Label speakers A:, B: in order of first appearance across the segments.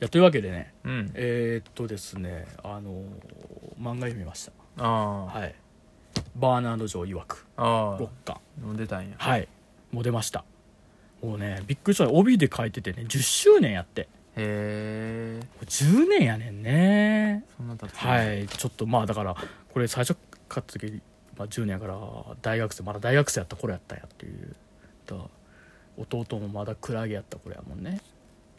A: やというわけでね
B: うん
A: えー、っとですねあの漫画読みました
B: ああ
A: はいバーナード・ジョー曰く
B: あ
A: 6
B: あ
A: 巻
B: 飲んでたんや
A: はいもう出ましたもうねびっくりした帯で書いててね10周年やって
B: へえ
A: これ10年やねんね
B: そんなたつ
A: はいちょっとまあだからこれ最初買った時、まあ、10年やから大学生まだ大学生やった頃やったんやっていうだ弟もまだクラゲやった頃やもんね、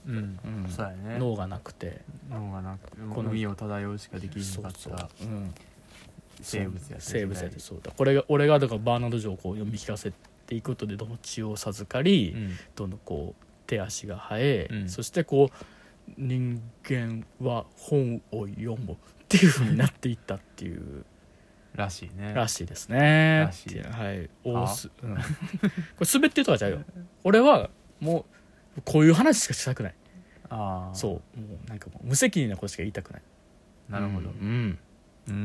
B: うん
A: うん、
B: そうやね
A: 脳がなくて
B: 脳がなく
A: この
B: 海を漂うしかできなか
A: そ
B: っ
A: うそう
B: た、
A: うん、
B: 生物やった
A: 生物やってそうだこれが俺がだからバーナード・ジョーをこう読み聞かせていくことでどんどん血を授かり、
B: うん
A: どんどんこう手足が生え、
B: うん
A: そしてこう人間は本を読むっていうふうになっていったっていう
B: らしいね
A: らしいですね
B: らしい
A: はい
B: は
A: 大す、うん、 これ滑ってるとかじゃないよ俺はもうこういう話しかしたくない
B: ああ
A: そうもうなんかもう無責任なことしか言いたくないう
B: なるほど
A: うんうん
B: うん、
A: う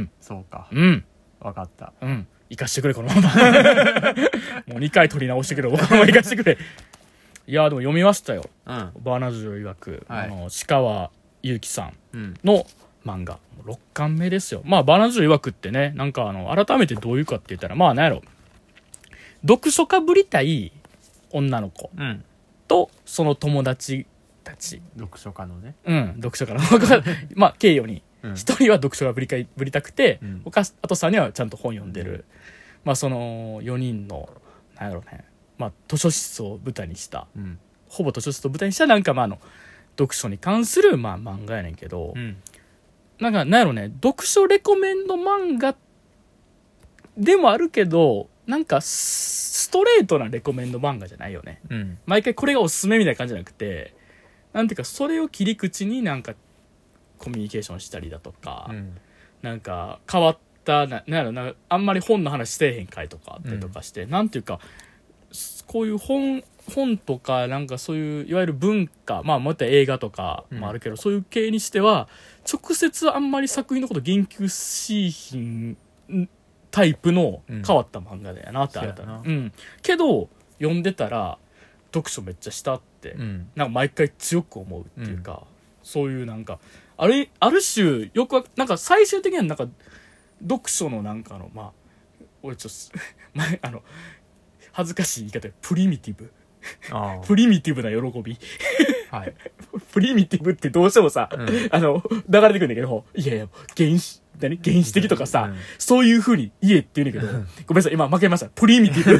A: ん
B: そうか
A: うん、うん
B: わかった
A: うん。生かしてくれ、このまま。 もう2回取り直してくれ、僕も生かしてくれ。いや、でも読みましたよ。
B: うん
A: バーナード・ジョー曰く、
B: はい
A: あの、鹿川祐希さん
B: うん
A: の漫画。6巻目ですよ。まあ、バーナード・ジョー曰くってね、なんかあの、改めてどういうかって言ったら、まあ、なんやろ。読書家ぶりたい女の子
B: うん
A: と、その友達たち。
B: 読書家のね、
A: うん、読書家の。 まあ、計4人。
B: うん
A: 一人は読書がぶりかいぶりたくて、
B: うん
A: 他あと3人はちゃんと本読んでる、
B: うん
A: まあその4人のなんやろうね、まあ、図書室を舞台にした
B: うん
A: ほぼ図書室を舞台にしたなんかまああの読書に関するまあ漫画やねんけど、
B: うん
A: なんかなんやろうね読書レコメンド漫画でもあるけどなんかスストレートなレコメンド漫画じゃないよね
B: うん
A: 毎回これがおすすめみたいな感じじゃなくてなんていうかそれを切り口になんかコミュニケーションしたりだとか、
B: うん
A: なんか変わったななんやろなあんまり本の話せえへん回とかあったりとかして、なんていうかすこういう本本とかなんかそういういわゆる文化まあまた映画とかもあるけど、そういう系にしては直接あんまり作品のこと言及しひんんタイプの
B: うん
A: 変わった漫画だよなってあれた
B: そうやな
A: うん、けど読んでたら読書めっちゃしたって、
B: うん
A: なんか毎回強く思うっていうか、そういうなんかあるある種よくわなんか最終的にはなんか読書のなんかのまあ俺ちょっと 前あの恥ずかしい言い方でプリミティブ
B: あ
A: プリミティブな喜び
B: あはい
A: プリミティブってどうしてもさ、
B: うん
A: あの流れてくるんだけどいやいや原始何原始的とかさ、
B: うん
A: そういうふうに言えって言うんだけど、ごめんなさい今負けましたプリミティ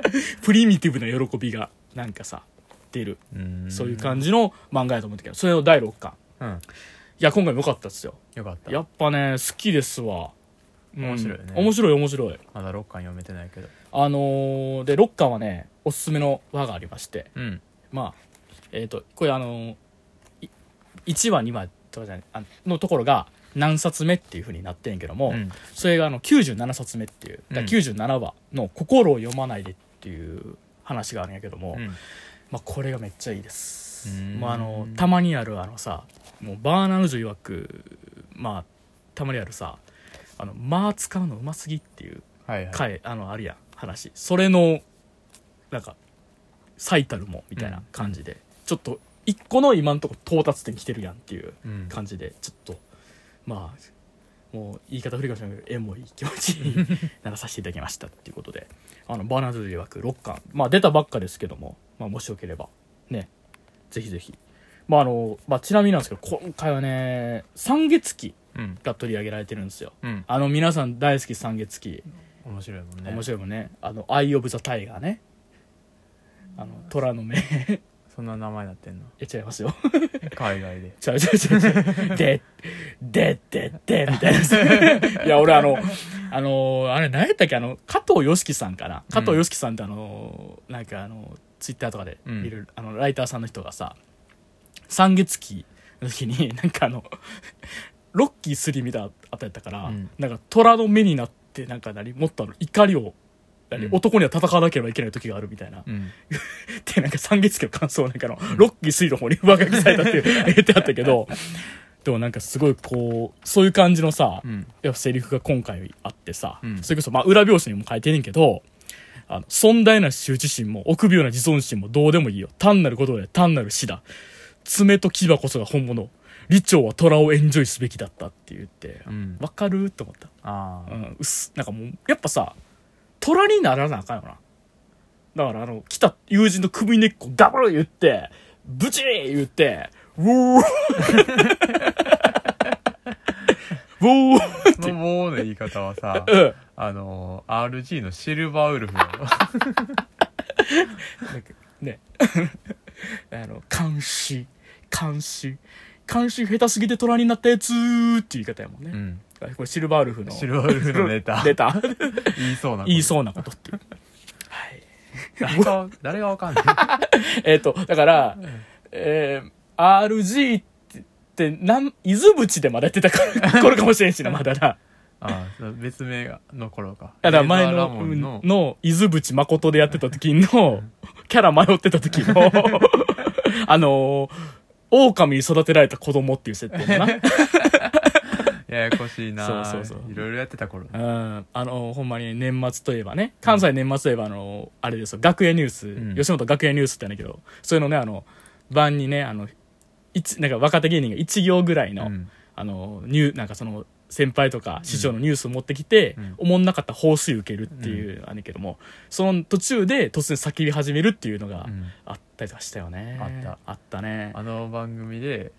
A: ブプリミティブな喜びがなんかさ出る
B: うん
A: そういう感じの漫画やと思うんだけど、それの第6巻。
B: うん
A: いや、今回も良かったですよ。
B: よかった
A: やっぱね、好きですわ。うん
B: 面白いよね
A: 面白い、面白い。
B: まだ6巻読めてないけど
A: あのーで、6巻はね、おすすめの輪がありまして、
B: うん
A: まあ、えっ、と、これあのー、い1話、2話とかじゃない、あのところが何冊目っていう風になってんやけども、
B: うん
A: それがあの97冊目っていう、だから
B: うん
A: 97話の「心を読まないで」っていう話があるんやけども、
B: うん
A: まあ、これがめっちゃいいです
B: うーん
A: もうあのたまにあるあのさもうバーナードジョ曰くまあたまにあるさ「あの間使うのうますぎ」っていう
B: はいはい
A: 回あのあるやん話それのなんか最たるもみたいな感じで、ちょっと一個の今のとこ到達点来てるやんっていう
B: うん
A: 感じでちょっとまあもう言い方古いかもしれないけどエモい気持ちにならさせていただきましたっていうことで あのバーナードで曰く6巻まあ出たばっかですけども、まあ、もしよければねぜひぜひまああの、まあ、ちなみになんですけど今回はね三月期
B: うん
A: が取り上げられてるんですよ
B: うん
A: あの皆さん大好き三月期
B: 面白いもんね
A: 面白いもんねあの「アイ・オブ・ザ・タイガーね」あの虎の目 い
B: そんな名前なってんの
A: や違いますよ
B: 海外で
A: ちゃうちゃうちゃうちゃう。で、で、で、で、みたいなさ。いや、俺あの、あのー、あれ、何やったっけ、あの、加藤よしきさんかな。加藤よしきさんってあのー、なんかあの、ツイッターとかでい
B: うん
A: る、あの、ライターさんの人がさ、三月期の時に、なんかあの、ロッキー3見た後やったから、
B: うん
A: なんか虎の目になって、なんか何、もっとあの、怒りを、何
B: うん
A: 男には戦わなければいけない時があるみたいな。
B: うん
A: ってなんか三月期の感想なんかの、ロッキー水の方に上書きされたってい う言ってあったけど、でもなんかすごいこう、そういう感じのさ、
B: うん
A: やっぱセリフが今回あってさ、
B: うん
A: それこそまあ裏表紙にも書いてんねんけど、あの、尊大な羞恥心も、臆病な自尊心もどうでもいいよ。単なることで単なる死だ。爪と牙こそが本物李朝は虎をエンジョイすべきだったって言って
B: うん
A: わかると思った
B: あ
A: う
B: あ
A: ん、うっすなんかもうやっぱさ虎にならなあかんよなだからあの来た友人の首根っこダブル言ってブチー言ってウォ ーウォー
B: その「もう」の言い方 はさ
A: うん
B: あの RG のシルバーウルフの
A: ねあの監視監視監視下手すぎて虎になったやつーっていう言い方やもん
B: う
A: ね、
B: ん
A: これシルバーウルフの
B: シルバーウルフのネ タ
A: 出た
B: 言いそうなこと
A: 言いそうなことっていうはい
B: 誰が誰がわかんない
A: えっ、と、だから、えー、RG って、ってなん、伊豆淵でまだやってた から、頃かもしれんしな、まだな。
B: ああそう別名がの頃か
A: だから前
B: レイザ
A: の、
B: ーラモ
A: う
B: ン
A: ん
B: の
A: の、伊豆淵誠でやってた時の、 キャラ迷ってた時の、 あのー、狼に育てられた子供っていう設定だ な。
B: ややこしいな
A: そうそうそう
B: いろいろやってた頃
A: うん。あのー、ほんまに年末といえばね、関西年末といえば、あのー、あれですよ、学園ニュース、
B: うん
A: 吉本学園ニュースってやんだけど、そういうのね、あの、晩にね、あの、一なんか若手芸人が1行ぐらいの、
B: うん
A: あのニューなんかその先輩とか師匠のニュースを持ってきて、
B: うん
A: おもんなかったら放水受けるっていうあれけども、その途中で突然叫び始めるっていうのが
B: うん
A: あったりとかしたよね、
B: あった
A: あったね
B: あの番組で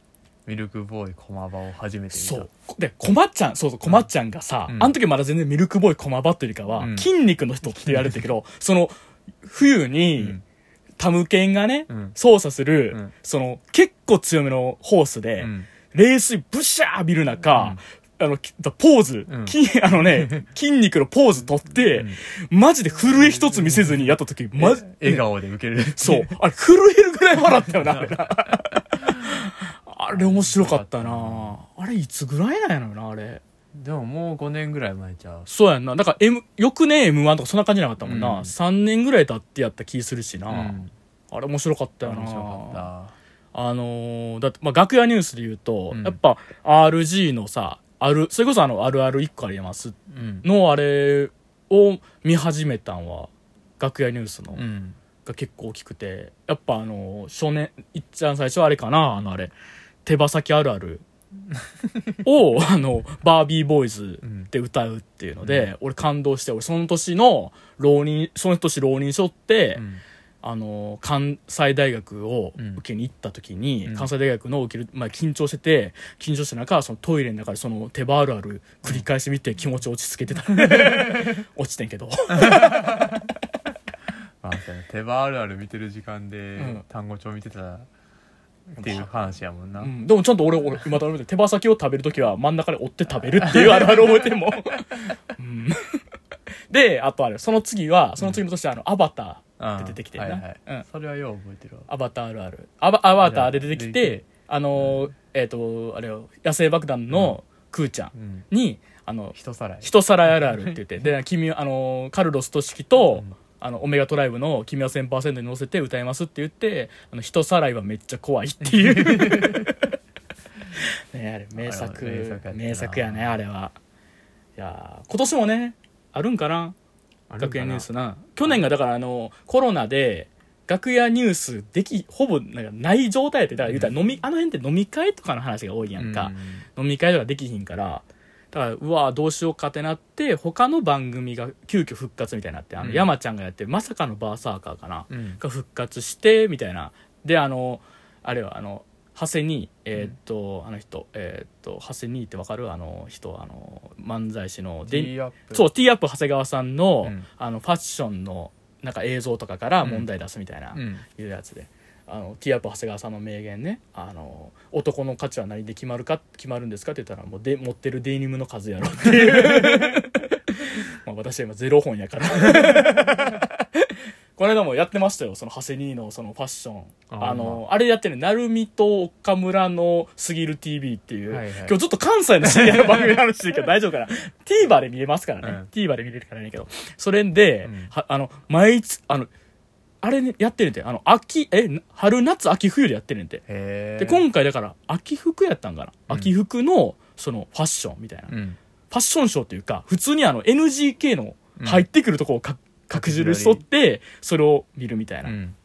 B: ミルクボーイ駒場を初めて見た
A: そうでこまっちゃんそうそうこまっちゃんがさ、
B: うん
A: あの時まだ全然ミルクボーイ駒場というよりかは、
B: うん
A: 筋肉の人って言われてたけどその冬
B: う
A: に
B: ん
A: タムケンがね、
B: うん
A: 操作する、
B: うん
A: その結構強めのホースで、
B: うん
A: 冷水ブシャー浴びる中、あの、き ポーズ、
B: うん
A: 筋あの ね、筋肉のポーズ取って、マジで震え一つ見せずにやった時、マジ、
B: え笑顔で受けるってい
A: そう。あれ、震えるぐらい笑ったよな、あれな。 あれ面白かったなあれ、いつぐらいなんやろな、あれ。
B: でももう5年ぐらい前ちゃう
A: そうやんな。だから、M、翌年 M1 とかそんな感じじゃなかったもんな。
B: うん
A: 3年ぐらい経ってやった気するしな。
B: うん
A: あれ面白かったよな
B: 面白かっ
A: あのーだって、まあ、楽屋ニュースで言うと、
B: うん
A: やっぱ RG のさ、ある、それこそあの、あるある1個あります
B: たうん
A: のあれを見始めたんは、楽屋ニュースの、
B: うん
A: が結構大きくて、やっぱあのー少年、いっちゃん最初はあれかな、あのあれ、手羽先あるあ るを、あの、バービーボーイズ
B: うん
A: で歌うっていうので、俺感動して、俺その年の浪人、その年浪人しょって、
B: うん
A: あの関西大学を受けに行った時に、
B: うん
A: 関西大学の受ける、まあ、緊張してて緊張した中そのトイレの中でその手羽あるある繰り返し見て気持ち落ち着けて た落ちてんけど
B: まあそうや手羽あるある見てる時間
A: うん
B: で単語帳見てたっていう話やもんな
A: うんでもちゃんと俺俺今だめて手羽先を食べる時は真ん中で折って食べるっていうあるある覚えてるもん、うんであとあれその次はその次の年はあのアバター
B: うん
A: 出てきてん
B: は
A: ない
B: はい
A: うん
B: それはよう覚えてるわ
A: アバターあるあるアバアバターで出てき
B: 出てき
A: てあのーえっ、とあれよ野生爆弾のクーちゃん
B: うん
A: にあの
B: 人さらい
A: 一皿あるあるって言ってで君あのカルロスとしきと、
B: うん
A: あのオメガトライブの「君は1000%」に乗せて歌いますって言ってあの人さらいはめっちゃ怖いっていう ねあれ名作
B: あれ名作やったな
A: 名作やねあれはいやー今年もねあるんかな
B: あるんかな
A: 学園ニュースな去年がだからあのコロナで楽屋ニュースできほぼなんかない状態やってだから言うたら飲み、あの辺って飲み会とかの話が多いやんか、飲み会とかできひんからだからうわどうしようかってなって他の番組が急遽復活みたいになってあの
B: うん
A: 山ちゃんがやってるまさかのバーサーカーかな、
B: うんうん
A: が復活してみたいなであのあれはあの長谷にえーっと、あの人えーっと長谷にってわかるあの人あの漫才師ので
B: T アップ
A: そう t アップ長谷川さんの,、
B: うん
A: あのファッションのなんか映像とかから問題出すみたいな、
B: うん
A: いうやつであのティーアップ長谷川さんの名言ね「あの男の価値は何で決まるか決まるんですか?」って言ったらもうで持ってるデニムの数やろっていう まあ私は今ゼロ本やから この間もやってましたよその長谷兄のそのファッションあ
B: あ
A: のあれやってる鳴海と岡村の「すぎる TV」っていう、
B: はいはい
A: 今日ちょっと関西の知り合いの番組の話してるけど大丈夫かな TVer で見れますからね、
B: うん
A: TVer で見れるからねけどそれで、
B: うん
A: はあの毎月あのあれね、やってるんて。あの、秋、え、な春、夏、秋、冬でやってるんて。
B: へ
A: で、
B: え
A: 今回だから、秋服やったんかな。
B: うん
A: 秋服の、その、ファッションみたいな。フ
B: うん
A: ァッションショーっていうか、普通にあの、NGK の
B: うん
A: 入ってくるとこをか、角印取って、それを見るみたいな。
B: うん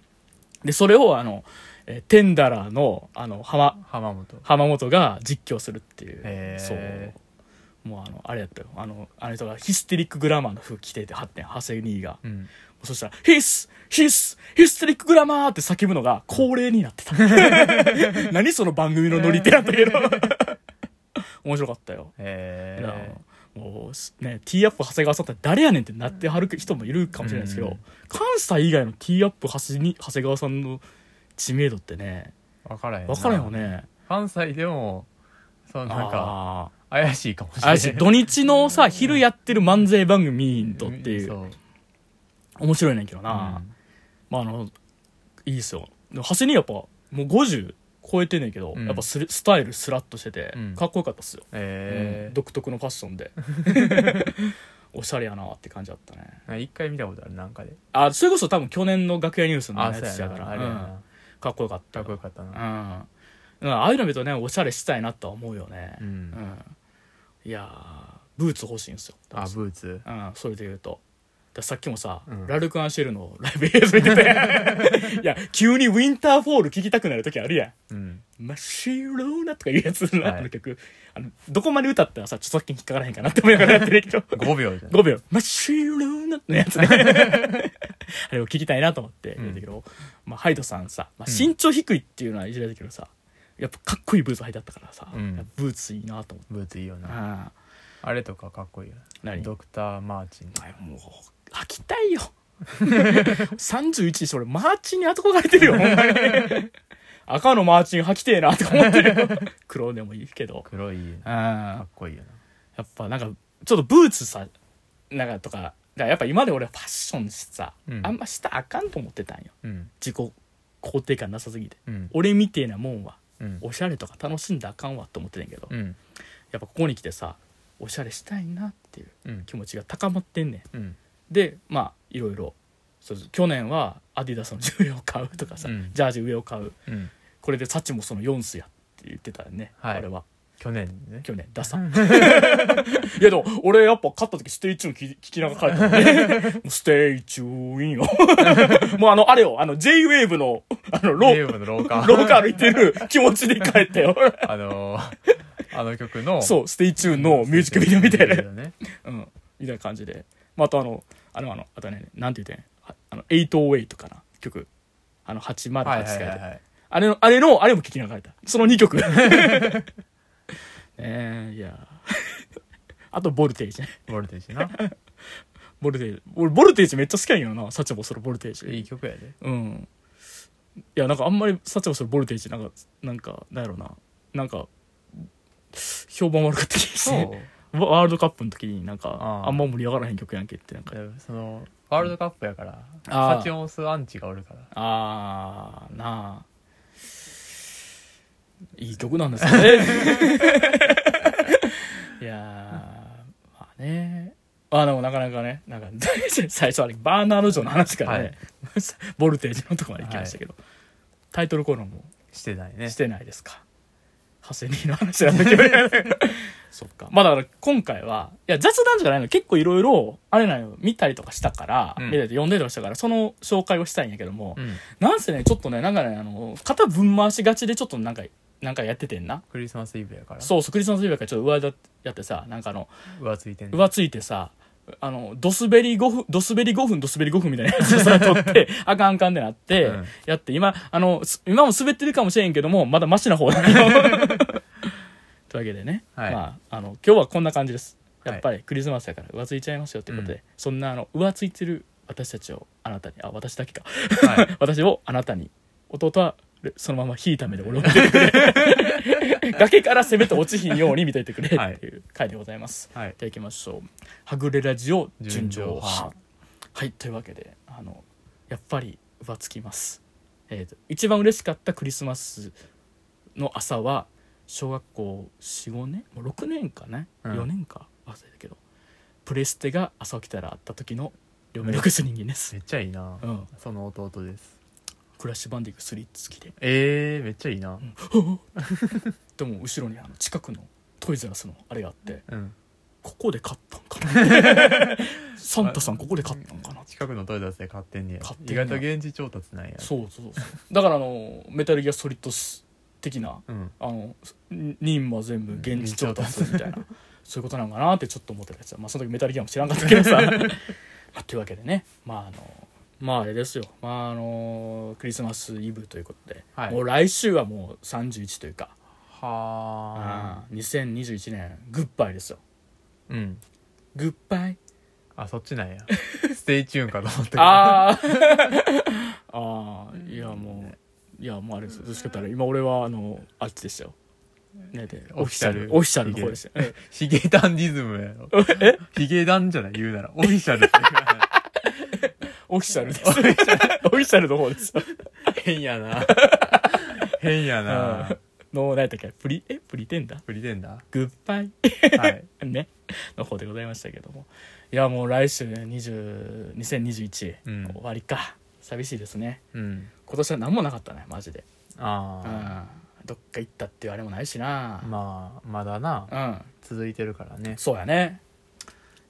A: で、それをあの、えーテンダラーのあの浜
B: 浜本
A: 浜本が実況するっていう、
B: へー
A: そうもうあのあれやったよあのあの人がヒステリックグラマーの服着てて8点長谷兄が
B: うん
A: そしたら「ヒスヒスヒステリックグラマー!」って叫ぶのが恒例にな ってた何その番組のノリってなったけど面白かったよ
B: え
A: な
B: ー
A: もうすね、ティーアップ長谷川さんって誰やねんってなってはる人もいるかもしれないですけど、
B: うん
A: 関西以外のティーアップ長谷に長谷川さんの知名度ってね
B: 分からへんな
A: 分からんよね
B: 関西でもそうなんか
A: あ
B: 怪しいかもしれ
A: ー
B: ない
A: 怪しい土日のさ昼やってる漫才番組見んとっていううん
B: そ
A: 面白いねんけどな、まああのいいですよでも長谷にやっぱもう50超えてんねんけど、
B: うん
A: やっぱスレスタイルスラッとしてて、
B: うん
A: かっこよかったっすよ、う
B: え
A: ん独特のファッションで おしゃれやなって感じだったね
B: え一回見たことあるなんかで
A: あそれこそ多分去年の楽屋ニュースの
B: あ
A: やつ
B: そう
A: やか
B: や
A: ら
B: なあれや
A: うん
B: な
A: かっこよかった
B: かっこよかった
A: うん、
B: な
A: ああいうの見るとねおしゃれしたいなとは思うよね
B: う
A: うん、
B: ん
A: いやーブーツ欲しいんですよ
B: あブーツ
A: うん、それで言うとださっきもさ、
B: うん
A: ラルク・アンシェルのライブ映像見てて いや急に「ウィンターフォール」聴きたくなる時あるやん
B: うん
A: 真っ白なとかいうやつの
B: はい
A: あの曲、あのどこまで歌ったらさ著作権引っかからへんかなって思いながらやってるけど
B: 5秒じゃん
A: 5秒、マッシュルーナのやつ ね。あれを聞きたいなと思って、
B: うん
A: だけど、まあ、ハイドさんさ、まあ、
B: うん
A: 身長低いっていうのはいじられたけどさ、やっぱかっこいいブーツ履いてあったからさ、
B: うん
A: やっぱブーツいいなと思って。
B: ブーツいいよな
A: ああ
B: あれとかかっこいいよな
A: 何
B: ドクター・マーチン
A: お前もう、履きたいよ。31にして俺、マーチンに憧れてるよ、ほんまに。赤のマーチン履きてえなとか思ってるよ。 黒でもいいけど。
B: 黒い
A: あ
B: か
A: あ
B: っこいいよな
A: やっぱなんかちょっとブーツさなんかとかだからやっぱ今まで俺はファッションさ、
B: うん
A: あんましたらあかんと思ってたんよ
B: うん
A: 自己肯定感なさすぎて
B: うん
A: 俺みてえなもんは
B: うん
A: おしゃれとか楽しんだらあかんわと思ってたんやけど、
B: う
A: やっ
B: ん
A: ぱここに来てさおしゃれしたいなっていう
B: うん
A: 気持ちが高まってんねん
B: うん
A: でまあいろいろそう去年はアディダスの上を買うとかさ、
B: うん
A: ジャージ上を買う
B: うん
A: これでサチもその4スやって言ってたよね、
B: はい
A: 俺は
B: 去年ね
A: 去年ダサ いやでも俺やっぱ勝った時ステイチューン聞き聞きながら帰ったもん ねもうステイチューンよもうあのあれよあの JWAVE のあのロ
B: ゲームの廊下
A: 廊下歩いてる気持ちで帰ったよ
B: あのーあの曲の
A: そうステイチューンのミュージックビデオみたいな
B: ね
A: うんみたいな感じで、まあ、あとあのあのあのあとねなんて言うてんああの808かな曲あの808が
B: はい
A: や
B: は
A: つ
B: い
A: で、
B: はいはい
A: あれの、あれの、あれも聞きながらやった。その2曲。 ねえいや。あと、ボルテージね。
B: ボルテージな
A: ボルテージ。俺、ボルテージめっちゃ好きやんよな。サチボそのボルテー
B: いい
A: ジ。
B: 曲や で
A: うん。いや、なんかあんまりサチボそのボルテージ、なんか、なんか、なんやろな。なんか、評判悪かった気がし
B: そう
A: て。ワワールドカップの時になんか
B: あ、ー
A: あんま盛り上がらへん曲やんけって、なんか。
B: でそのワールドカップやから
A: あー
B: サチオンスアンチがおるから
A: あー、なあ。いい曲なんですよね。 いやー、まあね。あでもなかなかね、なんか、 最初あれ、バーナード・ジョーの話からね、
B: はい
A: ボルテージのとこまで行きましたけど、タイトルコーナーも
B: してないね
A: してないですか。ハセニーの話なんだけど。 そっか。まあだから今回は、いや雑談じゃないの、結構いろいろ、あれなの見たりとかしたから、
B: うん
A: 見たりとか読んだりとかしたから、その紹介をしたいんやけども、
B: うん
A: なんせね、ちょっとね、なんかね、あの、肩ぶん回しがちでちょっとなんか、なんかやっててんな。
B: クリスマスイブやから
A: そうそう、クリスマスイブやからちょっと上だやってさ、なんかあの、
B: 浮ついてんね
A: 上ついてさ、あの、ドスベリ5分、ドスベリ5分、ドスベリ5分みたいなやつを さ、撮って、あかんあかんってなって、
B: うん
A: やって、今、あの、す今も滑ってるかもしれんけども、まだマシな方だよ。 というわけでね、
B: はい
A: まあ、あの、今日はこんな感じです。
B: はい
A: やっぱりクリスマスやから上ついちゃいますよってことで、
B: うん
A: そんなあの、上ついてる私たちを、あなたに、あ、私だけか。
B: はい
A: 私をあなたに弟はそのまま引いた目で俺を見ててくれ崖から攻めて落ちひんように見ていてくれ
B: はい
A: っていう回でございます、
B: はい
A: じゃあいきましょう「はぐれラジオ純情
B: 純情
A: 派
B: 派」
A: はいというわけであのやっぱり浮つきます、えーと一番嬉しかったクリスマスの朝は小学校45年もう6年かね、
B: うん
A: 4年か忘れたけどプレステが朝起きたらあった時の両目隠す人間です、
B: めっちゃいいな
A: うん、
B: その弟です
A: クラッシュバンディング3付 きで
B: えーめっちゃいいな
A: でも後ろにあの近くのトイザらスのあれがあって
B: うん
A: こここで買ったんかな サンタさんここで買ったんかな
B: 近くのトイレだで買ってんねや
A: 買ってんね
B: 意
A: や
B: 外と現地調達なんや
A: そうそうそうだからあのメタルギアソリッドス的な
B: うん
A: あの任務は全部現地調達みたいなそういうことなのかなってちょっと思ってたやつだまあその時メタルギアも知らんかったけど さ、まあ、というわけでねまああのまああれですよまああのクリスマスイブということで、
B: はい
A: もう来週はもう31というか、
B: はあ
A: うん2021年グッバイですよ
B: うん
A: グッバイ
B: あそっちなん やステイチューンかと思ったけど
A: あー あーいやもういやもうあれですどっちかって言ったら今俺はあのあっちでしたよ、ね、でオ
B: オ
A: フィ
B: フィ
A: シ
B: シ
A: ャ
B: ャ
A: ル
B: ル
A: オフィシャルの方でしたよ
B: ヒゲダンディズムや ろヒゲダンじゃない言うならオフィシャルって言うなら
A: オフィシャルです オフィシャルの方です
B: 変やな変やな
A: の何だっけプリえプリテンダー
B: プリ テンダ
A: グッバイ
B: ーはい
A: ねの方でございましたけどもいやもう来週ね20 2021、
B: うん
A: 終わりか寂しいですね
B: うん
A: 今年は何もなかったねマジで
B: あ
A: う
B: あ
A: んどっか行ったっていうあれもないしな、
B: まあまだな
A: うん
B: 続いてるからね
A: そうやね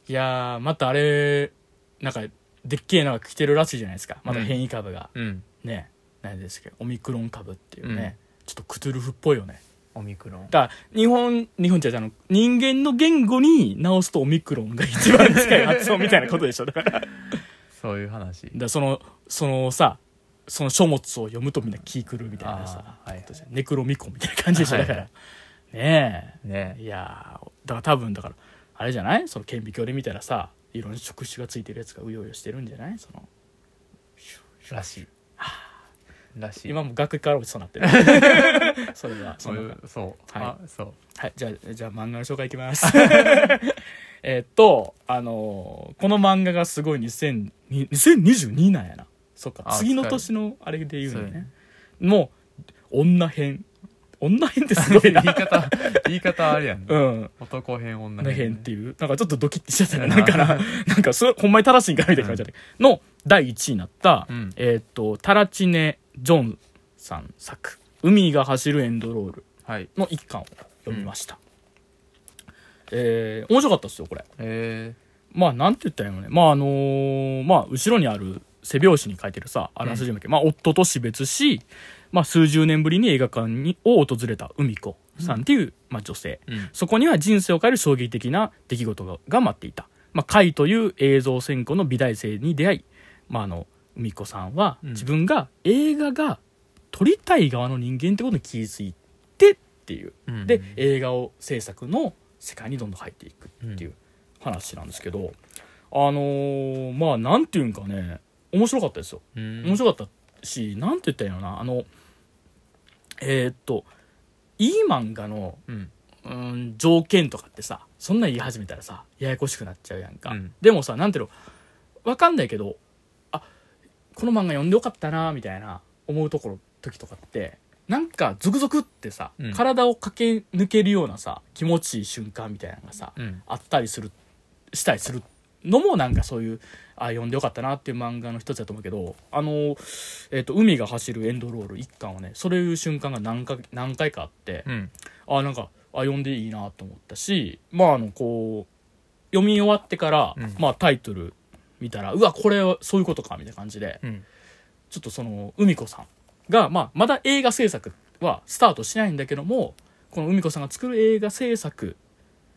A: いやーまたあれなんかでっけえのが来てるらしいじゃないですかまた変異株が、
B: うん
A: ね何ですけどオミクロン株っていうね、ちょっとクトゥルフっぽいよね
B: オミクロン
A: だから日本日本じゃあの人間の言語に直すとオミクロンが一番近い発音みたいなことでしょだからだか
B: そういう話
A: らそのそのさその書物を読むとみんな気くるみたいなさ
B: あ、ーはい
A: ことじゃんネクロミコンみたいな感じでしょだから、
B: は
A: ねえ
B: ね
A: いやーだから多分だからあれじゃないその顕微鏡で見たらさいろんな触手がついてるやつがうようよしてるんじゃないその
B: らしいらしい
A: 今も崖から落ちそうになって るそれはそ
B: そう
A: の
B: いうそう
A: は
B: あそう
A: はいじゃあじゃあ漫画の紹介いきます えっとあのーこの漫画がすごい2000 2022なんやなそっか
B: あ
A: 次の年のあれで言うの
B: そうや
A: ねもう女編女編ってすごい
B: 言
A: ない
B: 方言い方あれやん
A: うん
B: 男編女
A: の辺
B: 編
A: っていう、なんかちょっとドキッてしちゃったね。なんかな、なんかそれ、ほんまに正しいんかみたいな感じだったけどの第1位になった、
B: うん
A: えーっ、と、タラチネ・ジョンさん作、海が走るエンドロール
B: はい
A: の一巻を読みました。えー面白かったですよ、これ。
B: え
A: まあ、なんて言ったらいいのね。まあ、あのーまあ、後ろにある背表紙に書いてるさ、あらすじ向け、まあ、夫と死別し、まあ、数十年ぶりに映画館にを訪れた海子さんっていう、まあ、女性。
B: ーうん
A: そこには人生を変える衝撃的な出来事がが待っていた。まあ、海という映像専攻の美大生に出会い、まあ、あの、海子さんは
B: うん
A: 自分が映画が撮りたい側の人間ってことに気づいてっていう。
B: うん
A: で、映画を制作の世界にどんどん入っていくっていう話なんですけど、あのーまあ、なんていうんかね、面白かったですよ。
B: うん
A: 面白かったし、なんて言ったらいいのかな、あの、えーっと、いい漫画の
B: うん
A: うん条件とかってさそんなん言い始めたらさややこしくなっちゃうやんか、
B: うん
A: でもさなんていうのわかんないけどあこの漫画読んでよかったなみたいな思うところ時とかってなんかゾクゾクってさ、
B: うん
A: 体を駆け抜けるようなさ気持ちいい瞬間みたいなのがさ、
B: うん
A: あったりするしたりするのもなんかそういうあ読んでよかったなっていう漫画の一つだと思うけどあの、えっと海が走るエンドロール1巻はねそういう瞬間が何回何回かあって、
B: うん
A: あなんかあ読んでいいなと思ったしまああのこう読み終わってから、
B: うん
A: まあタイトル見たらうわこれはそういうことかみたいな感じで
B: うん
A: ちょっとその海子さんが、まあ、まだ映画制作はスタートしないんだけどもこの海子さんが作る映画制作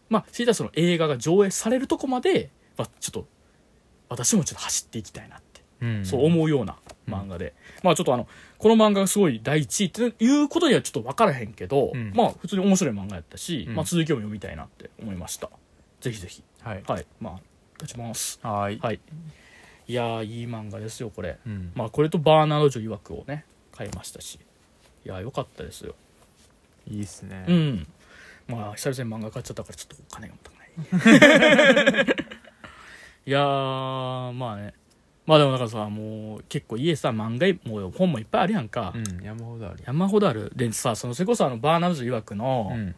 A: まあ知いたらその映画が上映されるとこまで、まあ、ちょっと私もちょっと走っていきたいなって
B: うん
A: そう思うような漫画で、まあちょっとあのこの漫画がすごい第一位っていうことにはちょっと分からへんけど、
B: うん
A: まあ普通に面白い漫画やったし、
B: うん
A: まあ続きを読みたいなって思いましたぜひぜひ
B: はい
A: はいまあ立ちます
B: はーい
A: はいいやーいい漫画ですよこれ
B: うん
A: まあこれとバーナード・ジョ曰くをね買いましたしいやーよかったですよ
B: いいっすね
A: うんまあ久々に漫画買っちゃったからちょっとお金がもったくない いやーまあねまあでもだからさもう結構家さ漫画もう本もいっぱいあるやんか、
B: うん山ほどある
A: 山ほどあるでさそのそれこそあのバーナムズ曰く
B: う
A: の
B: ん